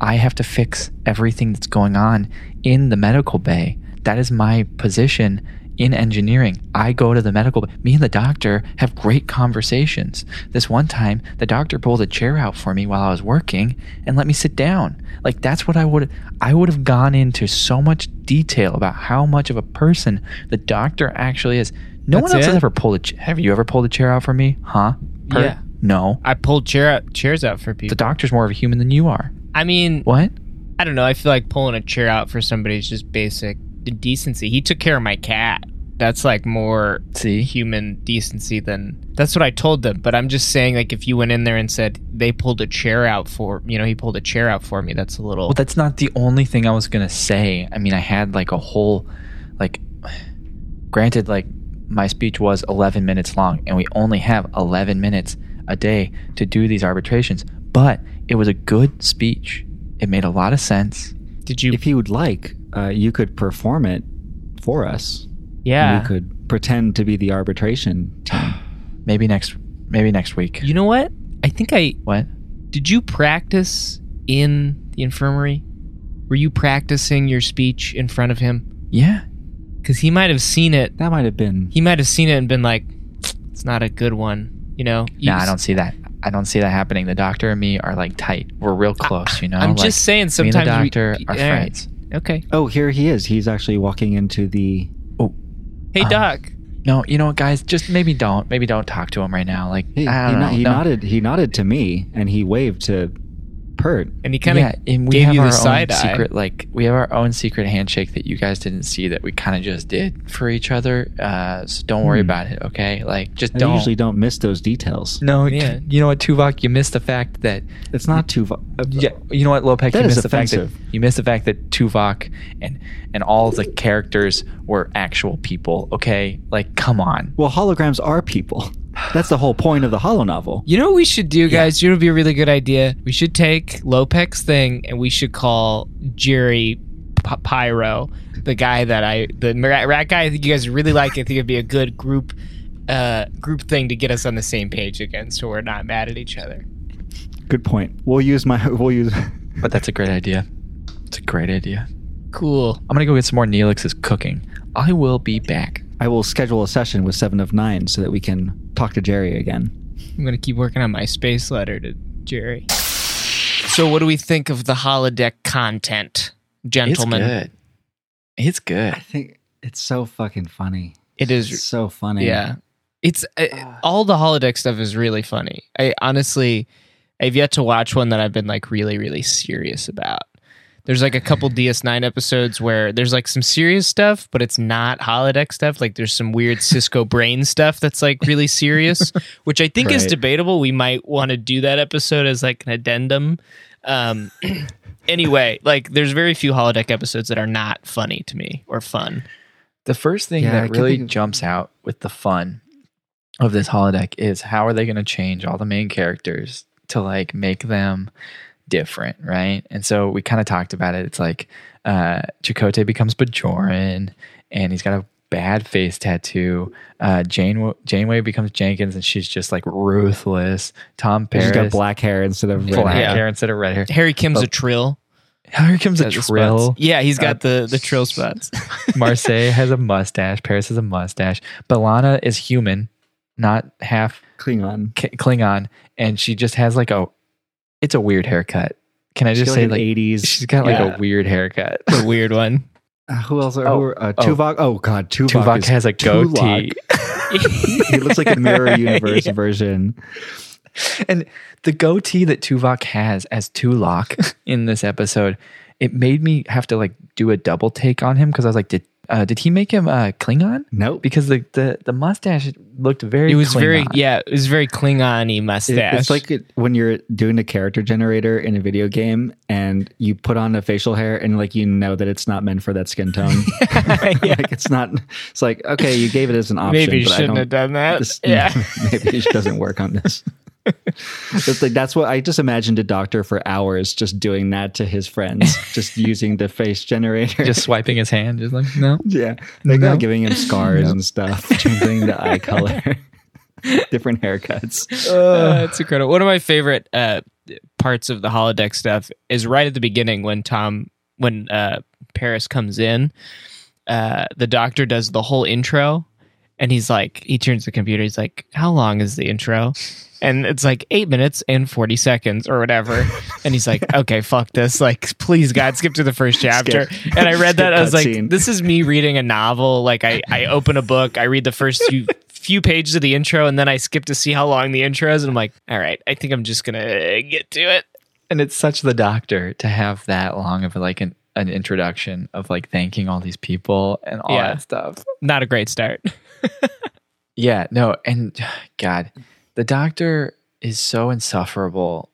I have to fix everything that's going on in the medical bay. That is my position in engineering. I go to the medical. Me and the doctor have great conversations. This one time, the doctor pulled a chair out for me while I was working and let me sit down. Like that's what I would. I would have gone into so much detail about how much of a person the doctor actually is. No That's one else it? has ever pulled a. Ch- have you ever pulled a chair out for me? Huh? Yeah. No. I pulled chair out, chairs out for The people. doctor's more of a human than you are. I mean, What? I don't know. I feel like pulling a chair out for somebody is just basic decency. He took care of my cat. That's like more See? human decency than that's what I told them. But I'm just saying, like, if you went in there and said they pulled a chair out for you know he pulled a chair out for me, that's a little. Well, that's not the only thing I was gonna say. I mean, I had like a whole, like, granted, like my speech was 11 minutes long, and we only have 11 minutes a day to do these arbitrations. But it was a good speech. It made a lot of sense. Did you? If you would like, uh, you could perform it for us. yeah. We could pretend to be the arbitration team. Maybe next, maybe next week. You know what? I think I What? did. You practice in the infirmary. Were you practicing your speech in front of him? Yeah. Because he might have seen it. That might have been. He might have seen it and been like, "It's not a good one," you know. You No, I just- don't see that. I don't see that happening. The doctor and me are like tight. We're real close, you know. I'm Like, just saying. me and the Sometimes doctor we, e, eh. are All right. friends. Okay. Oh, here he is. He's actually walking into the. Hey, Um, Doc. No, you know what, guys? Just maybe don't. Maybe don't talk to him right now. Like He, I he don't no- know. he No. nodded. He nodded to me, and he waved to Pert. And he kind of and we gave have you our the side own eye. secret like we have our own secret handshake that you guys didn't see that we kind of just did for each other uh so don't worry Hmm. about it okay like just I don't usually don't miss those details. no Yeah. you know what tuvok you missed the fact that It's not too. vo- yeah you know what lopek you That is missed the fact that offensive. you missed the fact that tuvok and and all the characters were actual people okay like come on Well, holograms are people. That's the whole point of the holo novel. You know what we should do, guys? You know what would be a really good idea? We should take Lopek's thing and we should call Jerry P- Pyro, the guy that I, the rat, rat guy I think you guys really like. I think it'd be a good group uh group thing to get us on the same page again so we're not mad at each other. Good point. We'll use my. We'll use. but that's a great idea it's a great idea Cool. i'm gonna go get some more neelix's cooking i will be back I will schedule a session with Seven of Nine so that we can talk to Jerry again. I'm going to keep working on my space letter to Jerry. So what do we think of the holodeck content, gentlemen? it's good it's good I think it's so fucking funny. It is It's so funny. Yeah. It's uh, all the holodeck stuff is really funny. I honestly, I've yet to watch one that I've been like really, really serious about. There's like a couple DS9 episodes where there's like some serious stuff, but it's not holodeck stuff. Like there's some weird Cisco brain stuff that's like really serious, which I think is Right. debatable. We might want to do that episode as like an addendum. Um, anyway, like there's very few holodeck episodes that are not funny to me or fun. The first thing Yeah, I that can really think of- jumps out with the fun of this holodeck is how are they going to change all the main characters to like make them different, right? And so we kind of talked about it. It's like uh, Chakotay becomes Bajoran, and he's got a bad face tattoo. Uh, Jane Janeway becomes Jenkins, and she's just like ruthless. Tom She's Paris got black hair instead of red black hair. Yeah. hair instead of red hair. Harry Kim's Oh. a trill. Here comes a Got the trill. spots. Yeah, he's got the the trill spots. Marseille has a mustache. Paris has a mustache. Balana is human, not half Klingon. K- Klingon, and she just has like a. It's a weird haircut. Can I She's just got, say an like 80s. she's got like Yeah. a weird haircut. the weird one. Uh, who else? Are, Oh, who are, uh, oh. Tuvok. Oh God, Tuvok, Tuvok is has a Tulak. goatee. he looks like a mirror universe version. and the goatee that Tuvok has as Tulok in this episode, it made me have to like do a double take on him because I was like, did uh, did he make him uh, Klingon? Nope. Because the, the the mustache looked very. It was very Klingon. yeah, it was very Klingon-y It- mustache. It's like it- when you're doing a character generator in a video game and you put on a facial hair and like you know that it's not meant for that skin tone. like it's not. It's like okay, you gave it as an option. maybe you but I shouldn't don't- have done that. this- yeah. maybe it doesn't work on this. It's like that's what I just imagined a doctor for hours just doing that to his friends, just using the face generator. just swiping his hand, just like no. Yeah, like No. not giving him scars and stuff, changing the eye color, different haircuts. Uh, that's incredible. One of my favorite uh, parts of the holodeck stuff is right at the beginning when Tom when uh, Paris comes in uh, the doctor does the whole intro and he's like he turns the computer he's like how long is the intro and it's like eight minutes and 40 seconds or whatever and he's like okay fuck this like please god skip to the first chapter Skip. and i read that Skip i was that like scene. this is me reading a novel like i, I open a book i read the first few few pages of the intro and then i skip to see how long the intro is and i'm like all right i think i'm just gonna get to it and it's such the doctor to have that long of like an, an introduction of like thanking all these people and all Yeah. that stuff. not a great start Yeah, no, and God, the doctor is so insufferable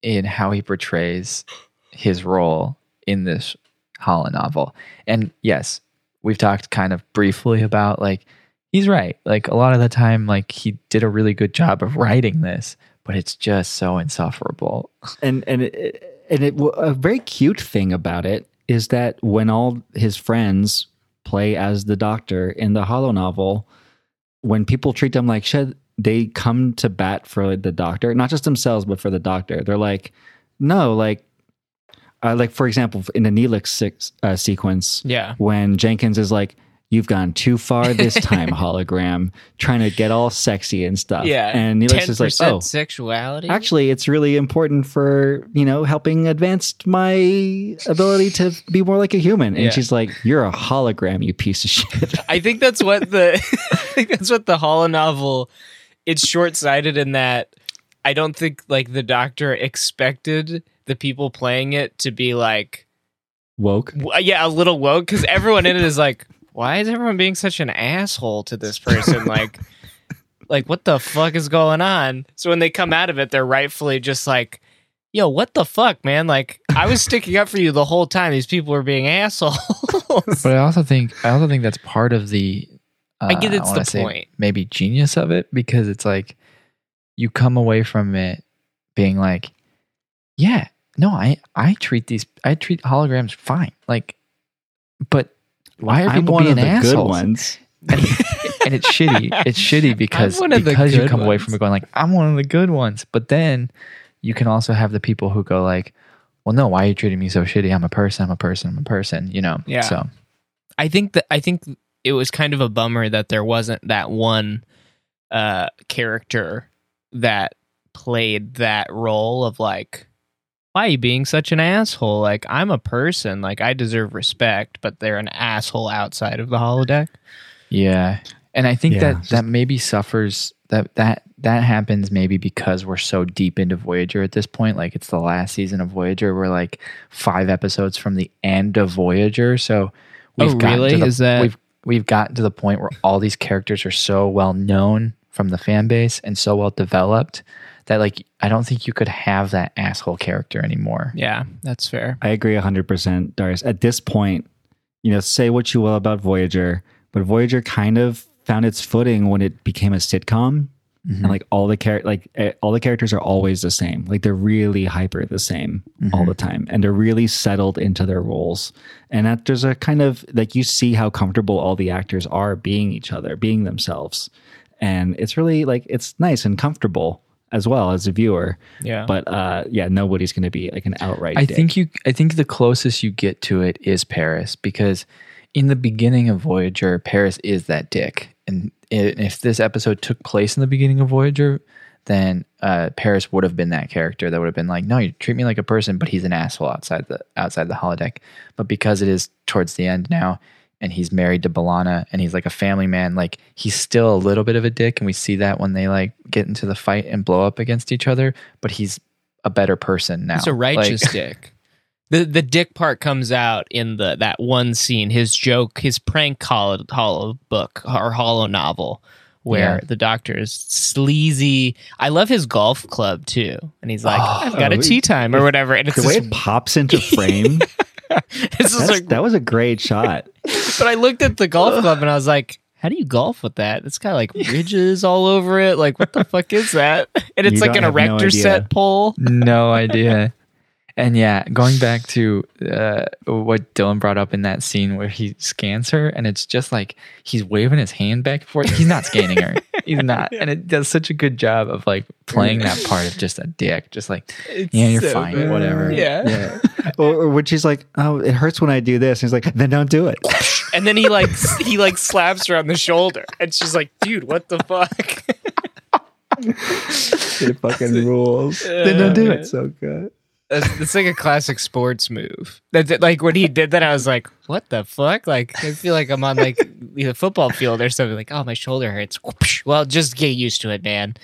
in how he portrays his role in this Holland novel. And yes, we've talked kind of briefly about like he's right. Like a lot of the time, like he did a really good job of writing this, but it's just so insufferable. and and it, and it a very cute thing about it is that when all his friends play as the doctor in the hollow novel when people treat them like shit they come to bat for the doctor not just themselves but for the doctor they're like no like uh, like for example in the neelix six, uh, sequence yeah when Jenkins is like, "You've gone too far this time, hologram," trying to get all sexy and stuff. yeah and Neelix is like, "Oh, sexuality actually, it's really important for you know helping advance my ability to be more like a human." And Yeah. she's like, "You're a hologram, you piece of shit." I think that's what the I think that's what the Hollow novel it's short-sighted in that I don't think like the doctor expected the people playing it to be like Woke. w- uh, yeah, a little woke cuz everyone in it is like why is everyone being such an asshole to this person like like what the fuck is going on? So when they come out of it they're rightfully just like Yo, what the fuck, man? Like, I was sticking up for you the whole time. These people were being assholes. But I also think I also think that's part of the. Uh, I get it's wanna the say point. Maybe genius of it because it's like you come away from it being like, yeah, no, I I treat these I treat holograms fine, like, but why are I'm people one being of the assholes? good ones. And, and it's shitty. It's shitty because one of the because you good come away ones. from it going like, I'm one of the good ones, but then you can also have the people who go like, well, no, why are you treating me so shitty? I'm a person. I'm a person. I'm a person. You know. Yeah. So. I think that I think it was kind of a bummer that there wasn't that one uh character that played that role of like why are you being such an asshole? Like I'm a person, like I deserve respect, but they're an asshole outside of the holodeck. Yeah. And I think Yeah, that just- that maybe suffers that that that happens maybe because we're so deep into Voyager at this point. Like it's the last season of Voyager. We're like five episodes from the end of Voyager. So Oh, gotten really? To the, Is that- we've we've gotten to the point where all these characters are so well known from the fan base and so well developed that like I don't think you could have that asshole character anymore. Yeah, that's fair. I agree 100%, Darius. At this point, you know, say what you will about Voyager, but Voyager kind of found its footing when it became a sitcom. Mm-hmm. And like all the char- like eh, all the characters are always the same. Like they're really hyper the same Mm-hmm. all the time, and they're really settled into their roles. And that there's a kind of like you see how comfortable all the actors are being each other, being themselves, and it's really like it's nice and comfortable as well as a viewer. Yeah. But uh, yeah, nobody's going to be like an outright. I dick. think you I think the closest you get to it is Paris because in the beginning of Voyager, Paris is that dick. And i if this episode took place in the beginning of Voyager, then uh, Paris would have been that character that would have been like, "No, you treat me like a person, but he's an asshole outside the outside the holodeck." But because it is towards the end now, and he's married to Balana, and he's like a family man, like he's still a little bit of a dick, and we see that when they like get into the fight and blow up against each other. But he's a better person now. It's a righteous Like- dick. The the dick part comes out in the that one scene, his joke, his prank call hollow book or hollow novel where Yeah. the doctor is sleazy. I love his golf club too. And he's like, I've got a Oh, tea time or whatever. And it's the way just, it pops into frame it's just that's- like that was a great shot but I looked at the golf club and I was like, how do you golf with that? It's got like ridges all over it. Like, what the fuck is that? And it's You like an don't have no erector idea. set pole. no idea. And yeah, going back to uh, what Dylan brought up in that scene where he scans her, and it's just like he's waving his hand back and forth. He's not scanning her. He's not. And it does such a good job of like playing that part of just a dick. Just like, yeah, you're so fine, good. whatever. Yeah. or, or when she's like, "Oh, it hurts when I do this," and he's like, "Then don't do it." and then he like s- he like slaps her on the shoulder, and she's like, "Dude, what the fuck?" it fucking rules. then don't do it. So good. That's, that's like a classic sports move. That's it, like when he did that, I was like, "What the fuck?" Like I feel like I'm on like the football field or something. Like, oh, my shoulder hurts. Whoosh. Well, just get used to it, man.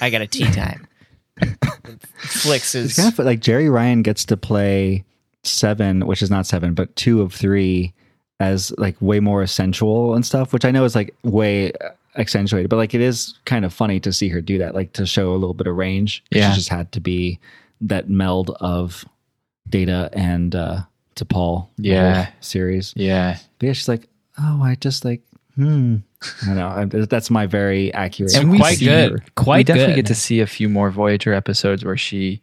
I got a tea time. Flicks It's his kind of like Jerry Ryan gets to play seven, which is not seven, but two of three as like way more essential and stuff, which I know is like way uh, accentuated, but like it is kind of funny to see her do that, like to show a little bit of range. Yeah. She just had to be that meld of data and uh to Paul the whole Yeah. series. Yeah. But yeah, she's like, oh, I just like, hmm. I don't know. I, that's my very accurate. And we quite see good. her. Quite we definitely good. get to see a few more Voyager episodes where she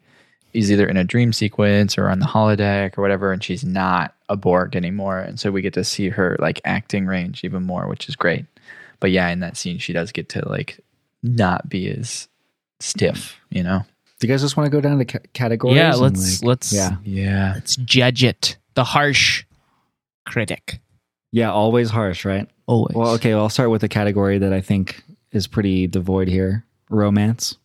is either in a dream sequence or on the holodeck or whatever, and she's not a Borg anymore. And so we get to see her like acting range even more, which is great. But yeah, in that scene, she does get to like not be as stiff, you know? Do you guys just want to go down to c- categories? Yeah, and, let's- like- let's- Yeah. Yeah. Let's judge it. The harsh critic. Yeah, always harsh, right? Always. Well, okay, well, I'll start with a category that I think is pretty devoid here romance.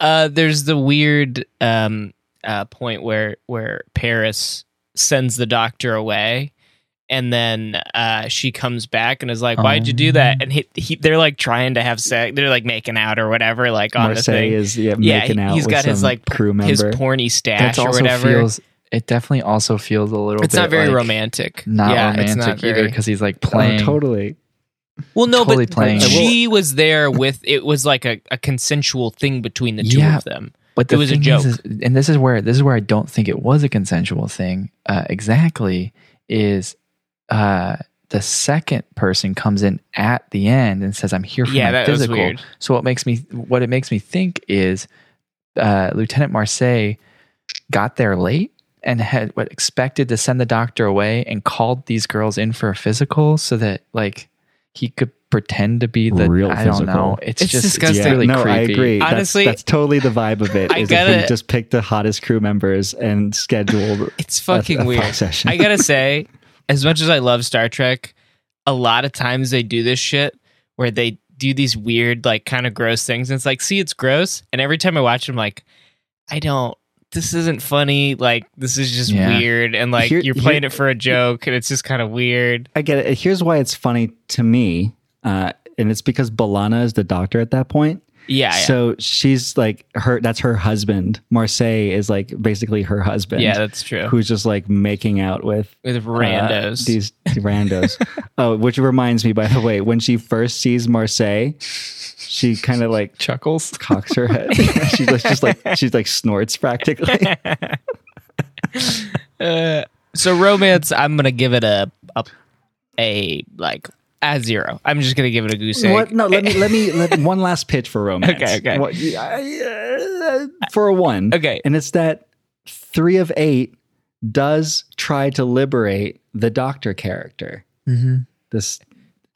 Uh, there's the weird um, uh, point where where Paris sends the doctor away, and then uh, she comes back and is like, "Why'd you Oh. do that?" And he, he they're like trying to have sex. They're like making out or whatever, like on Marseille the thing. is yeah, yeah, making he, out has with got his some like p- crew member. his porny stash That or also whatever. feels, it definitely also feels a little it's bit not very like, romantic. Not yeah, romantic it's not either very, because he's like Oh, playing. totally. Well, no, totally but playing. she was there with it was like a, a consensual thing between the two Yeah. of them. But It the was a thing joke. Is, is- and this is where this is where I don't think it was a consensual thing uh, exactly. Is uh, the second person comes in at the end and says, "I'm here for Yeah, my that was physical." weird. So what makes me what it makes me think is uh, Lieutenant Marseille got there late and had what expected to send the doctor away and called these girls in for a physical so that like he could pretend to be the Real I don't physical. know. It's, It's just disgusting. It's really no, creepy. I agree. That's- Honestly- that's, totally the vibe of it. I is that gotta- he just picked the hottest crew members and scheduled. It's fucking a fuck weird. session. I gotta say, as much as I love Star Trek, a lot of times they do this shit where they do these weird, like, kind of gross things. And it's like, see, it's gross. And every time I watch, it, I'm like, I don't. This isn't funny. Like, this is just Yeah. weird. And like, Here- you're playing here- it for a joke, and it's just kind of weird. I get it. Here's why it's funny to me, uh, and it's because Balana is the doctor at that point. Yeah. yeah. So she's like her. That's her husband. Marseille is like basically her husband. yeah, that's true. who's just like making out with With uh, randos. these randos. oh, which reminds me, by the way, when she first sees Marseille, she kind of like Chuckles. cocks her head. she just, just like she like snorts practically. so romance, I'm gonna give it a a, a like a zero. I'm just gonna give it a goose egg. What? No, let me let me let, one last pitch for romance. Okay, okay. What- I- uh, for a one. Okay. and it's that three of eight does try to liberate the doctor character. This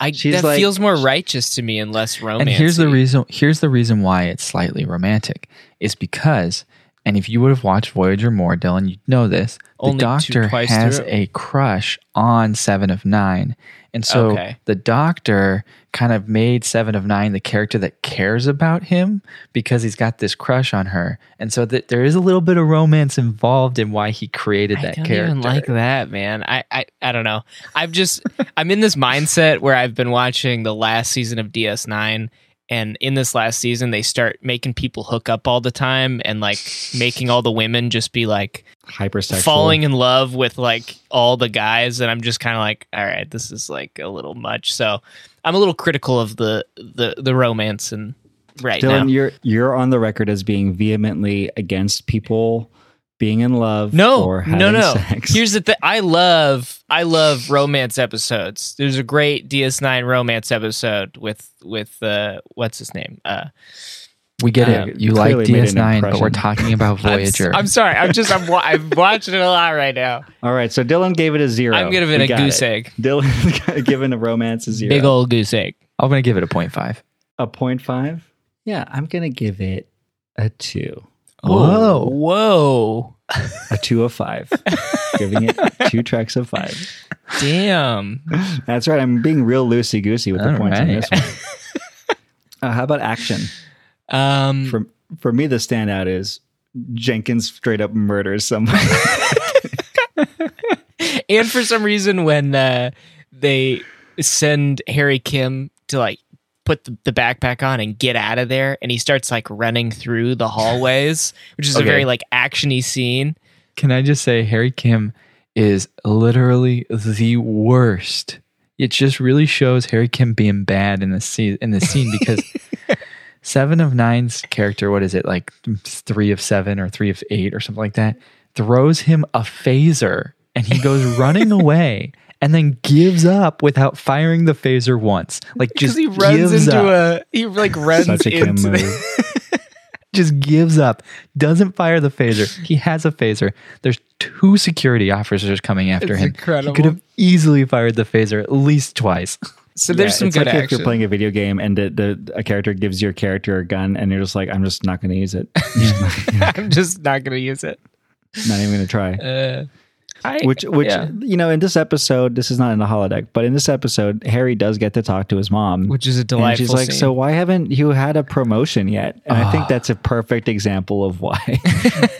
I, She's that like- feels more righteous to me and less romance. And here's the reason here's the reason why it's slightly romantic. It's because and if you would have watched Voyager more, Dylan, you'd know this. The Only two- doctor twice has through. a crush on Seven of Nine. And so Okay. the doctor kind of made Seven of Nine the character that cares about him because he's got this crush on her. And so that there is a little bit of romance involved in why he created I that don't character. even like that, man. I, I, I don't know. I've just I'm in this mindset where I've been watching the last season of DS9, and in this last season they start making people hook up all the time and like making all the women just be like hypersexual falling in love with like all the guys, and I'm just kind of like, all right, this is like a little much. So I'm a little critical of the the the romance and right Dylan, now. you're you're on the record as being vehemently against people being in love No, or having no, no. sex. Here's the thing. I love, I love romance episodes. There's a great DS9 romance episode with with uh, what's his name? Uh, We get Um, it. You like clearly made an DS9, but we're impression. talking about I'm s- Voyager. I'm, sorry. I'm just I'm wa- I'm watching it a lot right now. All right, so Dylan gave it a zero. I'm giving We it a got goose egg. Dylan giving a romance a zero. Big old goose egg. I'm going to give it a 0.5. a point Oh. five. Yeah, I'm gonna give it a two. Whoa. a two of five, giving it two tracks of five. Damn. That's right. I'm being real loosey goosey with the All points on right. this one. Uh, how about action? Um, For for me, the standout is Jenkins straight up murders someone. and for some reason, when uh, they send Harry Kim to like put the, the backpack on and get out of there, and he starts like running through the hallways, which is Okay. a very like actiony scene. Can I just say Harry Kim is literally the worst. It just really shows Harry Kim being bad in the scene in the scene because Seven of Nine's character, what is it, like three of seven or three of eight or something like that, throws him a phaser and he goes running away and then gives up without firing the phaser once. Like just Because he runs gives into up. a he like runs Such a Kim into the, move. just gives up, doesn't fire the phaser. He has a phaser. There's two security officers coming after It's him. incredible. He could have easily fired the phaser at least twice. so there's Yeah, some it's good like if action. you're playing a video game and the, the, a character gives your character a gun and you're just like, I'm just not going to use it. I'm just not gonna use it. not even going to try. Uh, I, which which yeah. you know in this episode this is not in the holodeck but in this episode harry does get to talk to his mom which is a and delightful. she's like scene. Ah. so why haven't you had a promotion yet and i think that's a perfect example of why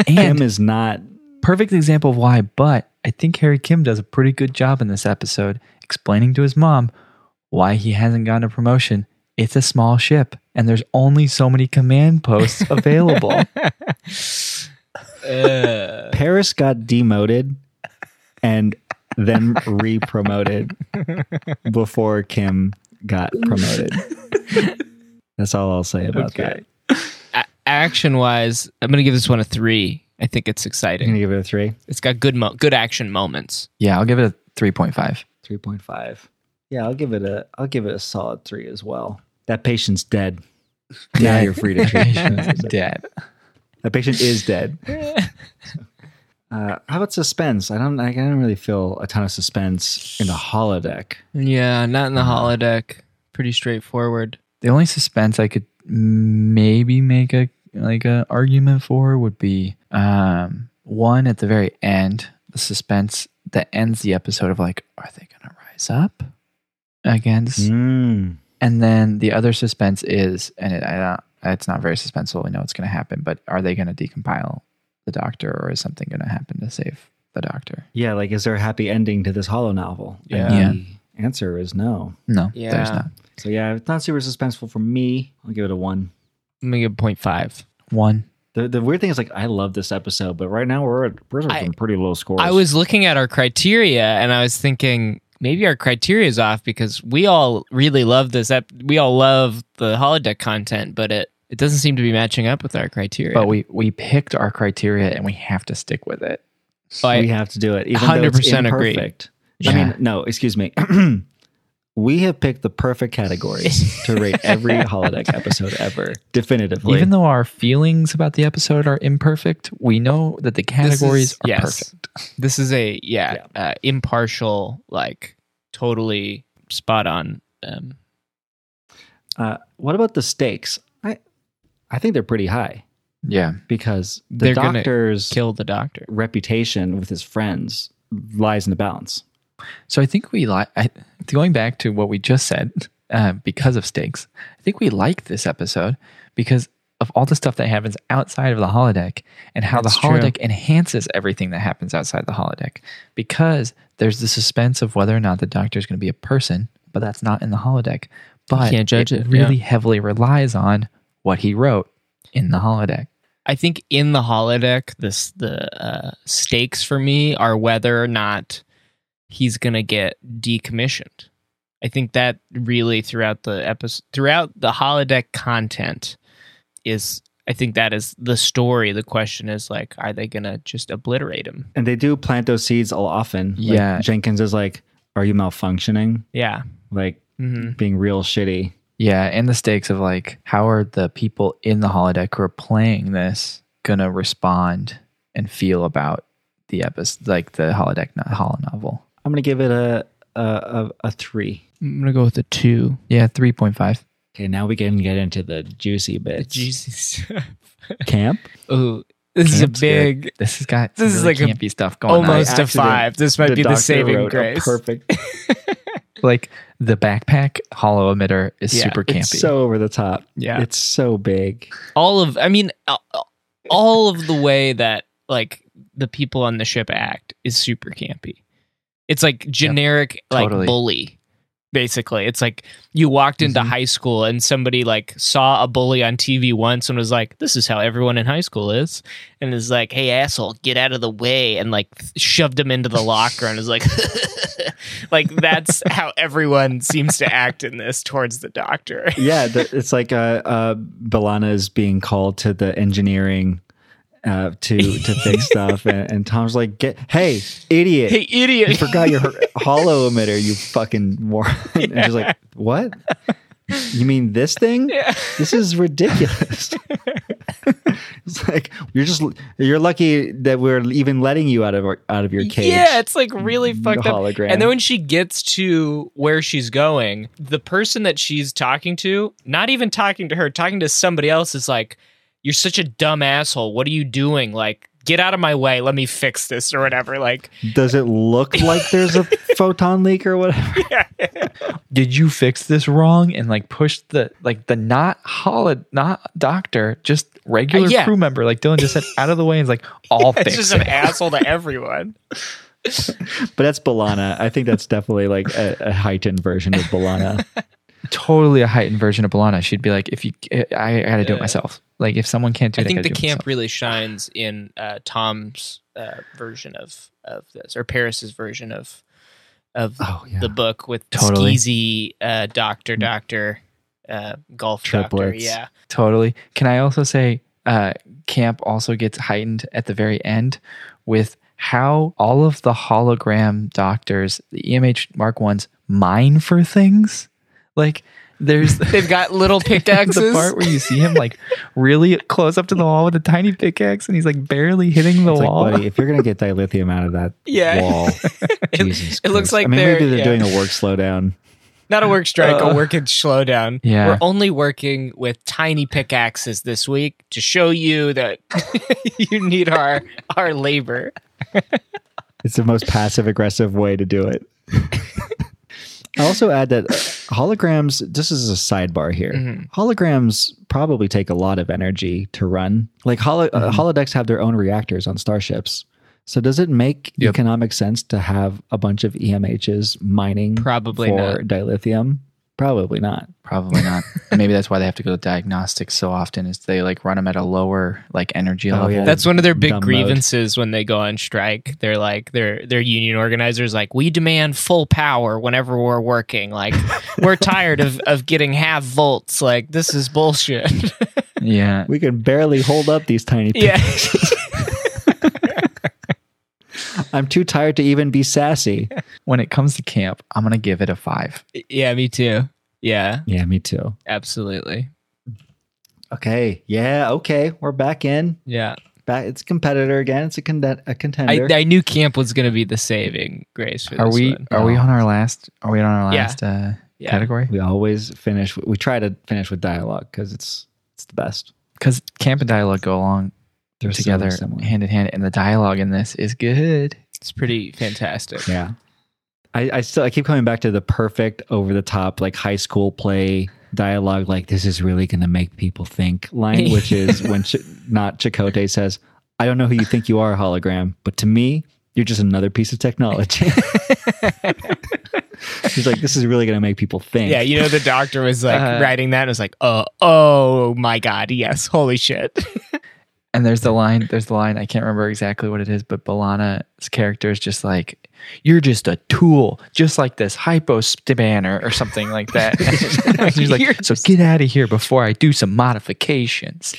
kim is not Perfect example of why, but I think Harry Kim does a pretty good job in this episode explaining to his mom why he hasn't gotten a promotion. It's a small ship and there's only so many command posts available. paris got demoted and then re-promoted before kim got promoted that's all i'll say about that action wise, I'm gonna give this one a three. I think it's i'm gonna exciting. give it a three It's got good mo- good action moments. yeah, I'll give it a 3.5. 3.5 yeah i'll give it a i'll give it a solid three as well that patient's dead now you're free to treat Dead. that patient is dead uh, how about suspense i don't i don't really feel a ton of suspense in the holodeck Yeah, not in the holodeck. Pretty straightforward. The only suspense I could maybe make a like a argument for would be um, one at the very end, the suspense that ends the episode of like, are they gonna rise up against? mm. And then the other suspense is, and it, I don't, it's not very suspenseful. We know it's gonna happen, but are they gonna decompile the Doctor, or is something gonna happen to save the Doctor? yeah like is there a happy ending to this hollow novel And Yeah. the answer is no No, there's Yeah. not so yeah it's not super suspenseful for me i'll give it a one I'm gonna give it 0.5. one. the, the weird thing is like i love this episode but right now we're at we're at I- some pretty low scores I was looking at our criteria and I was thinking maybe our criteria is off because we all really love this. Ep- we all love the holodeck content, but it it doesn't seem to be matching up with our criteria. But we we picked our criteria, and we have to stick with it. But we have to do it. Even 100% though it's 100% agree. imperfect. I Yeah. mean, no, excuse me. we have picked the perfect categories to rate every holodeck episode ever, definitively. Even though our feelings about the episode are imperfect, we know that the this is- categories are yes. perfect. This is a yeah, Uh, impartial, like totally spot on. Um, uh, what about the stakes? I, I think they're pretty high Yeah. because the They're gonna doctor's kill the doctor. reputation with his friends lies in the balance. So I think we like going back to what we just said uh, because of stakes. I think we like this episode because of all the stuff that happens outside of the holodeck and how That's the true. holodeck enhances everything that happens outside the holodeck because there's the suspense of whether or not the doctor is going to be a person, but that's not in the holodeck. But can't judge it, really yeah. heavily relies on what he wrote in the holodeck. I think in the holodeck, this the uh, stakes for me are whether or not he's gonna get decommissioned. I think that really throughout the episode, throughout the holodeck content, is I think that is the story. The question is like, are they gonna just obliterate him? And they do plant those seeds all often. Like, Yeah. Jenkins is like, Are you malfunctioning? Yeah, Like hmm being real shitty. Yeah, and the stakes of like how are the people in the holodeck who are playing this gonna respond and feel about the episode, like the holodeck not holo novel. I'm going to give it a, a, a, a three. I'm gonna go with a two. Yeah, three point five. Okay, now we can get into the juicy bits. Jesus. Camp? Oh, This is a Camp's good. big- This has got this this is really like a- campy stuff going on. almost a accident. five. This might be the doctor saving wrote a grace. Perfect. like the backpack hollow emitter is Yeah, super campy. It's so over the top. Yeah. It's so big. all of i mean uh, uh, all of the way that like the people on the ship act is super campy it's like generic totally. like bully basically it's like you walked Mm-hmm. into high school and somebody like saw a bully on tv once and was like this is how everyone in high school is and is like hey asshole get out of the way and like shoved him into the locker and is like like that's how everyone seems to act in this towards the doctor Yeah. The, it's like uh, uh, Belana is being called to the engineering uh, to to fix stuff, and, and Tom's like, "Get hey, idiot! hey idiot you forgot your hollow emitter, you fucking moron. And she's like, what? You mean this thing? This is ridiculous. it's like you're just you're lucky that we're even letting you out of our, out of your cage. Yeah, it's like really fucked up. hologram. And then when she gets to where she's going, the person that she's talking to, not even talking to her, talking to somebody else, is like, "You're such a dumb asshole. What are you doing? Like, get out of my way. Let me fix this or whatever." Like, Does it look like there's a photon leak or whatever? Did you fix this wrong? And like push the like the not hollow not doctor, just regular Uh, yeah. crew member, like Dylan just said, out of the way and is like, all it's fixed. just an asshole to everyone. But that's Balana. I think that's definitely like a, a heightened version of Balana. totally a heightened version of Belana. She'd be like, if you, eh, I, I gotta do it myself. Like if someone can't do I it, think gotta the do it camp myself. really shines in uh, Tom's uh, version of of this, or Paris's version of of the book with the Oh, Totally. Mm. skeezy uh, doctor, doctor, uh, golf Triplets. doctor. Yeah, totally. Can I also say, uh, camp also gets heightened at the very end with how all of the hologram doctors, the EMH Mark ones, mine for things. Like there's they've got little the pickaxes. part where you see him like really close up to the wall with a tiny pickaxe, and he's like barely hitting the It's wall. like, buddy, if you're gonna get dilithium out of that Yeah. wall, Jesus it looks Christ. like I mean, they're- maybe they're yeah. doing a work slowdown. Not a work strike, a work and slowdown. Uh, Yeah. we're only working with tiny pickaxes this week to show you that you need our our labor. It's the most passive aggressive way to do it. I also add that holograms, this is a sidebar here. Mm-hmm. Holograms probably take a lot of energy to run. Like holo- uh, Mm-hmm. holodecks have their own reactors on starships. So does it make Yep. economic sense to have a bunch of EMHs mining Probably for not. dilithium? Probably not. Probably not. Maybe that's why they have to go to diagnostics so often is they like run them at a lower like energy Oh, level. yeah. That's one of their big dumb mode. grievances when they go on strike. They're like their their union organizers like we demand full power whenever we're working. Like we're tired of of getting half volts. Like this is bullshit. yeah. We can barely hold up these tiny yeah. I'm too tired to even be sassy. When it comes to camp, I'm gonna give it a five. yeah, me too. Yeah, Yeah, me too. absolutely. Okay. Yeah. Okay. We're back in. Yeah. Back. It's a competitor again. It's a, conde- a I, contender. I knew camp was going to be the saving grace for Are this we one. Oh, are we on our last are we on our Yeah. last uh, Yeah. category? we always finish. We try to finish with dialogue because it's it's the best. Because camp and dialogue go along They're so together similar. hand in hand and the dialogue in this is good. It's pretty fantastic. Yeah. I, I still I keep coming back to the perfect over the top like high school play dialogue like this is really gonna make people think line which is when Ch- not Chicote says I don't know who you think you are hologram but to me you're just another piece of technology. He's like this is really gonna make people think. Yeah, you know the doctor was like Uh, writing that and was like, "Oh, oh my god, yes, holy shit." And there's the line, there's the line, I can't remember exactly what it is, but Balana's character is just like, You're just a tool, just like this hypo spanner or something like that. And she's You're like, So get out of here before I do some modifications.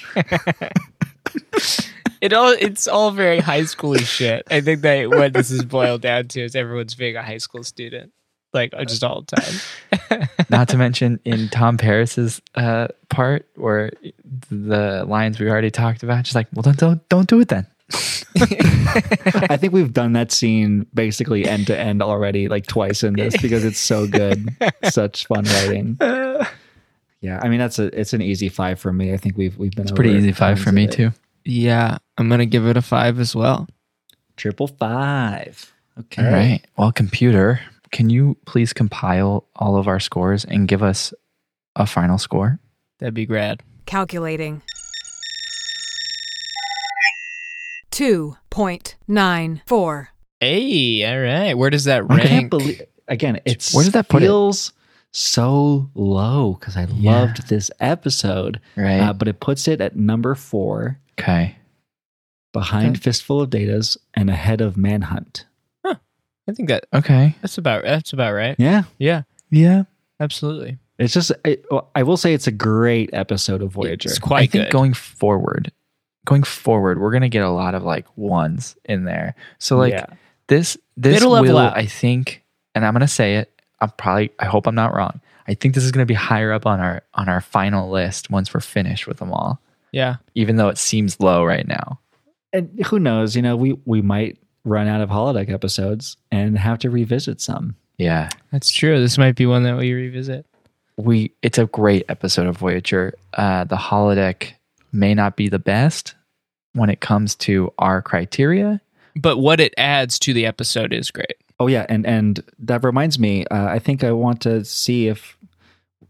It all it's all very high schooly shit. I think that what this is boiled down to is everyone's being a high school student. Like uh, just all the time. Not to mention in Tom Paris's uh, part where the lines we already talked about, she's like, Well don't don't, don't do it then. I think we've done that scene basically end to end already, like twice in this because it's so good, such fun writing. Yeah, I mean that's a it's an easy five for me. I think we've we've been It's pretty easy five for me too. Yeah, I'm gonna give it a five as well. Triple five. Okay. All right. Well, computer, can you please compile all of our scores and give us a final score? That'd be rad. Calculating. 2.94. Hey, all right. Where does that I can't rank? believe again. It's Where did that put it? feels so low because I Yeah. loved this episode, Right. uh, but it puts it at number four, Okay. behind Fistful of Datas and ahead of Manhunt. I think that Okay. that's about that's about right. Yeah, Yeah, Yeah. absolutely. it's just it, well, I will say it's a great episode of Voyager. It's I quite think good. going forward, going forward, we're gonna get a lot of like ones in there. So like Yeah. this, this It'll level will, out. I think, and I'm gonna say it. I'm probably. I hope I'm not wrong. I think this is gonna be higher up on our on our final list once we're finished with them all. yeah, Even though it seems low right now. and who knows? You know, we we might run out of holodeck episodes and have to revisit some. Yeah. that's true. This might be one that we revisit. we it's a great episode of Voyager. Uh, the holodeck may not be the best when it comes to our criteria. But what it adds to the episode is great. Oh yeah, and and that reminds me. Uh, I think I want to see if,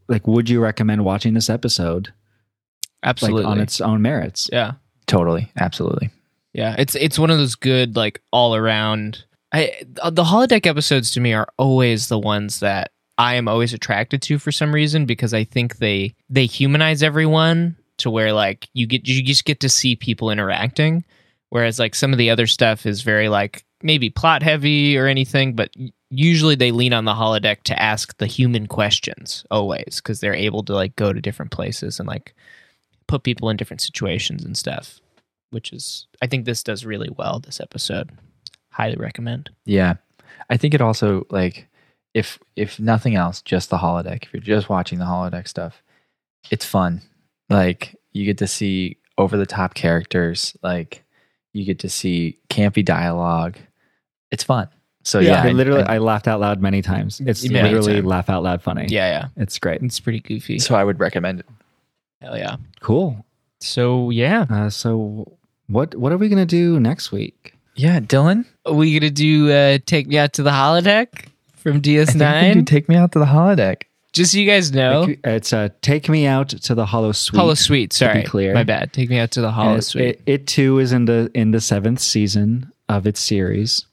like, would you recommend watching this episode Absolutely. like on its own merits? yeah. Totally, absolutely. Yeah, it's it's one of those good like all around. I the holodeck episodes to me are always the ones that I am always attracted to for some reason because I think they they humanize everyone to where like you get you just get to see people interacting, whereas like some of the other stuff is very like maybe plot heavy or anything, but y- usually they lean on the holodeck to ask the human questions always because they're able to like go to different places and like put people in different situations and stuff which is I think this does really well this episode. Highly recommend. Yeah, I think it also like if if nothing else, just the holodeck. If you're just watching the holodeck stuff, it's fun. Like you get to see over the top characters. Like you get to see campy dialogue. It's fun. So yeah, I I- literally, I- I, laughed out loud many times. It's Many literally times. laugh out loud funny. Yeah, yeah. it's great. It's pretty goofy. so I would recommend it. Hell yeah. Cool. So yeah. Uh, so what what are we gonna do next week? Yeah, Dylan. Are we gonna do uh Take Me Out to the Holodeck from I think we DS9? can do take me out to the holodeck. Just so you guys know. Like, It's uh, take me out to the Hollow Suite. Hollow Suite, to be sorry. clear. My bad. Take me out to the And Hollow it- Suite. It, it too is in the in the seventh season of its series,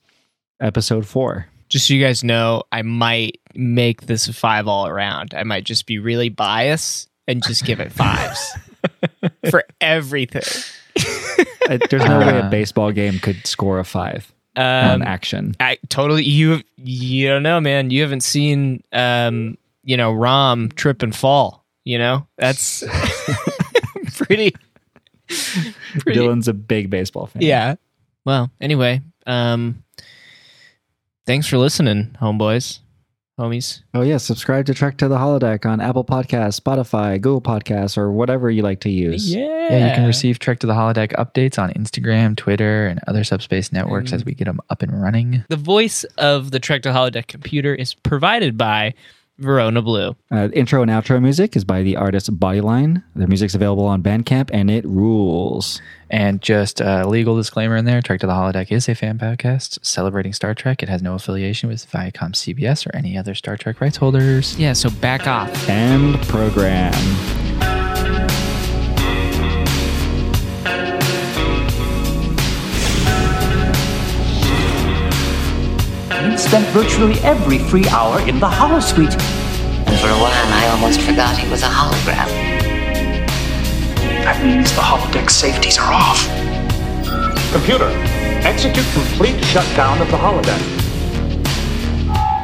episode four. just so you guys know, I might make this a five all around. I might just be really biased and just give it fives for everything. I, there's no way a Uh. baseball game could score a five on Um, action. I totally you you don't know, man. You haven't seen um, you know, Rom trip and fall, you know? That's pretty pretty Dylan's a big baseball fan. Yeah. Well, anyway, um thanks for listening, homeboys, homies. Oh yeah, subscribe to Trek to the Holodeck on Apple Podcasts, Spotify, Google Podcasts, or whatever you like to use. Yeah, you can receive Trek to the Holodeck updates on Instagram, Twitter, and other subspace networks as we get them up and running. The voice of the Trek to Holodeck computer is provided by Verona Blue. Uh, intro and outro music is by the artist Bodyline. Their music's available on Bandcamp, and it rules. And just a legal disclaimer in there Trek to the Holodeck is a fan podcast celebrating Star Trek. It has no affiliation with Viacom CBS or any other Star Trek rights holders. Yeah, so back off. End program. You spent virtually every free hour in the Hollow Suite. And for a while, I almost forgot he was a hologram. That means the holodeck safeties are off. Computer, execute complete shutdown of the holodeck.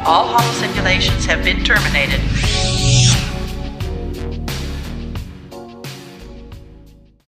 All holo simulations have been terminated.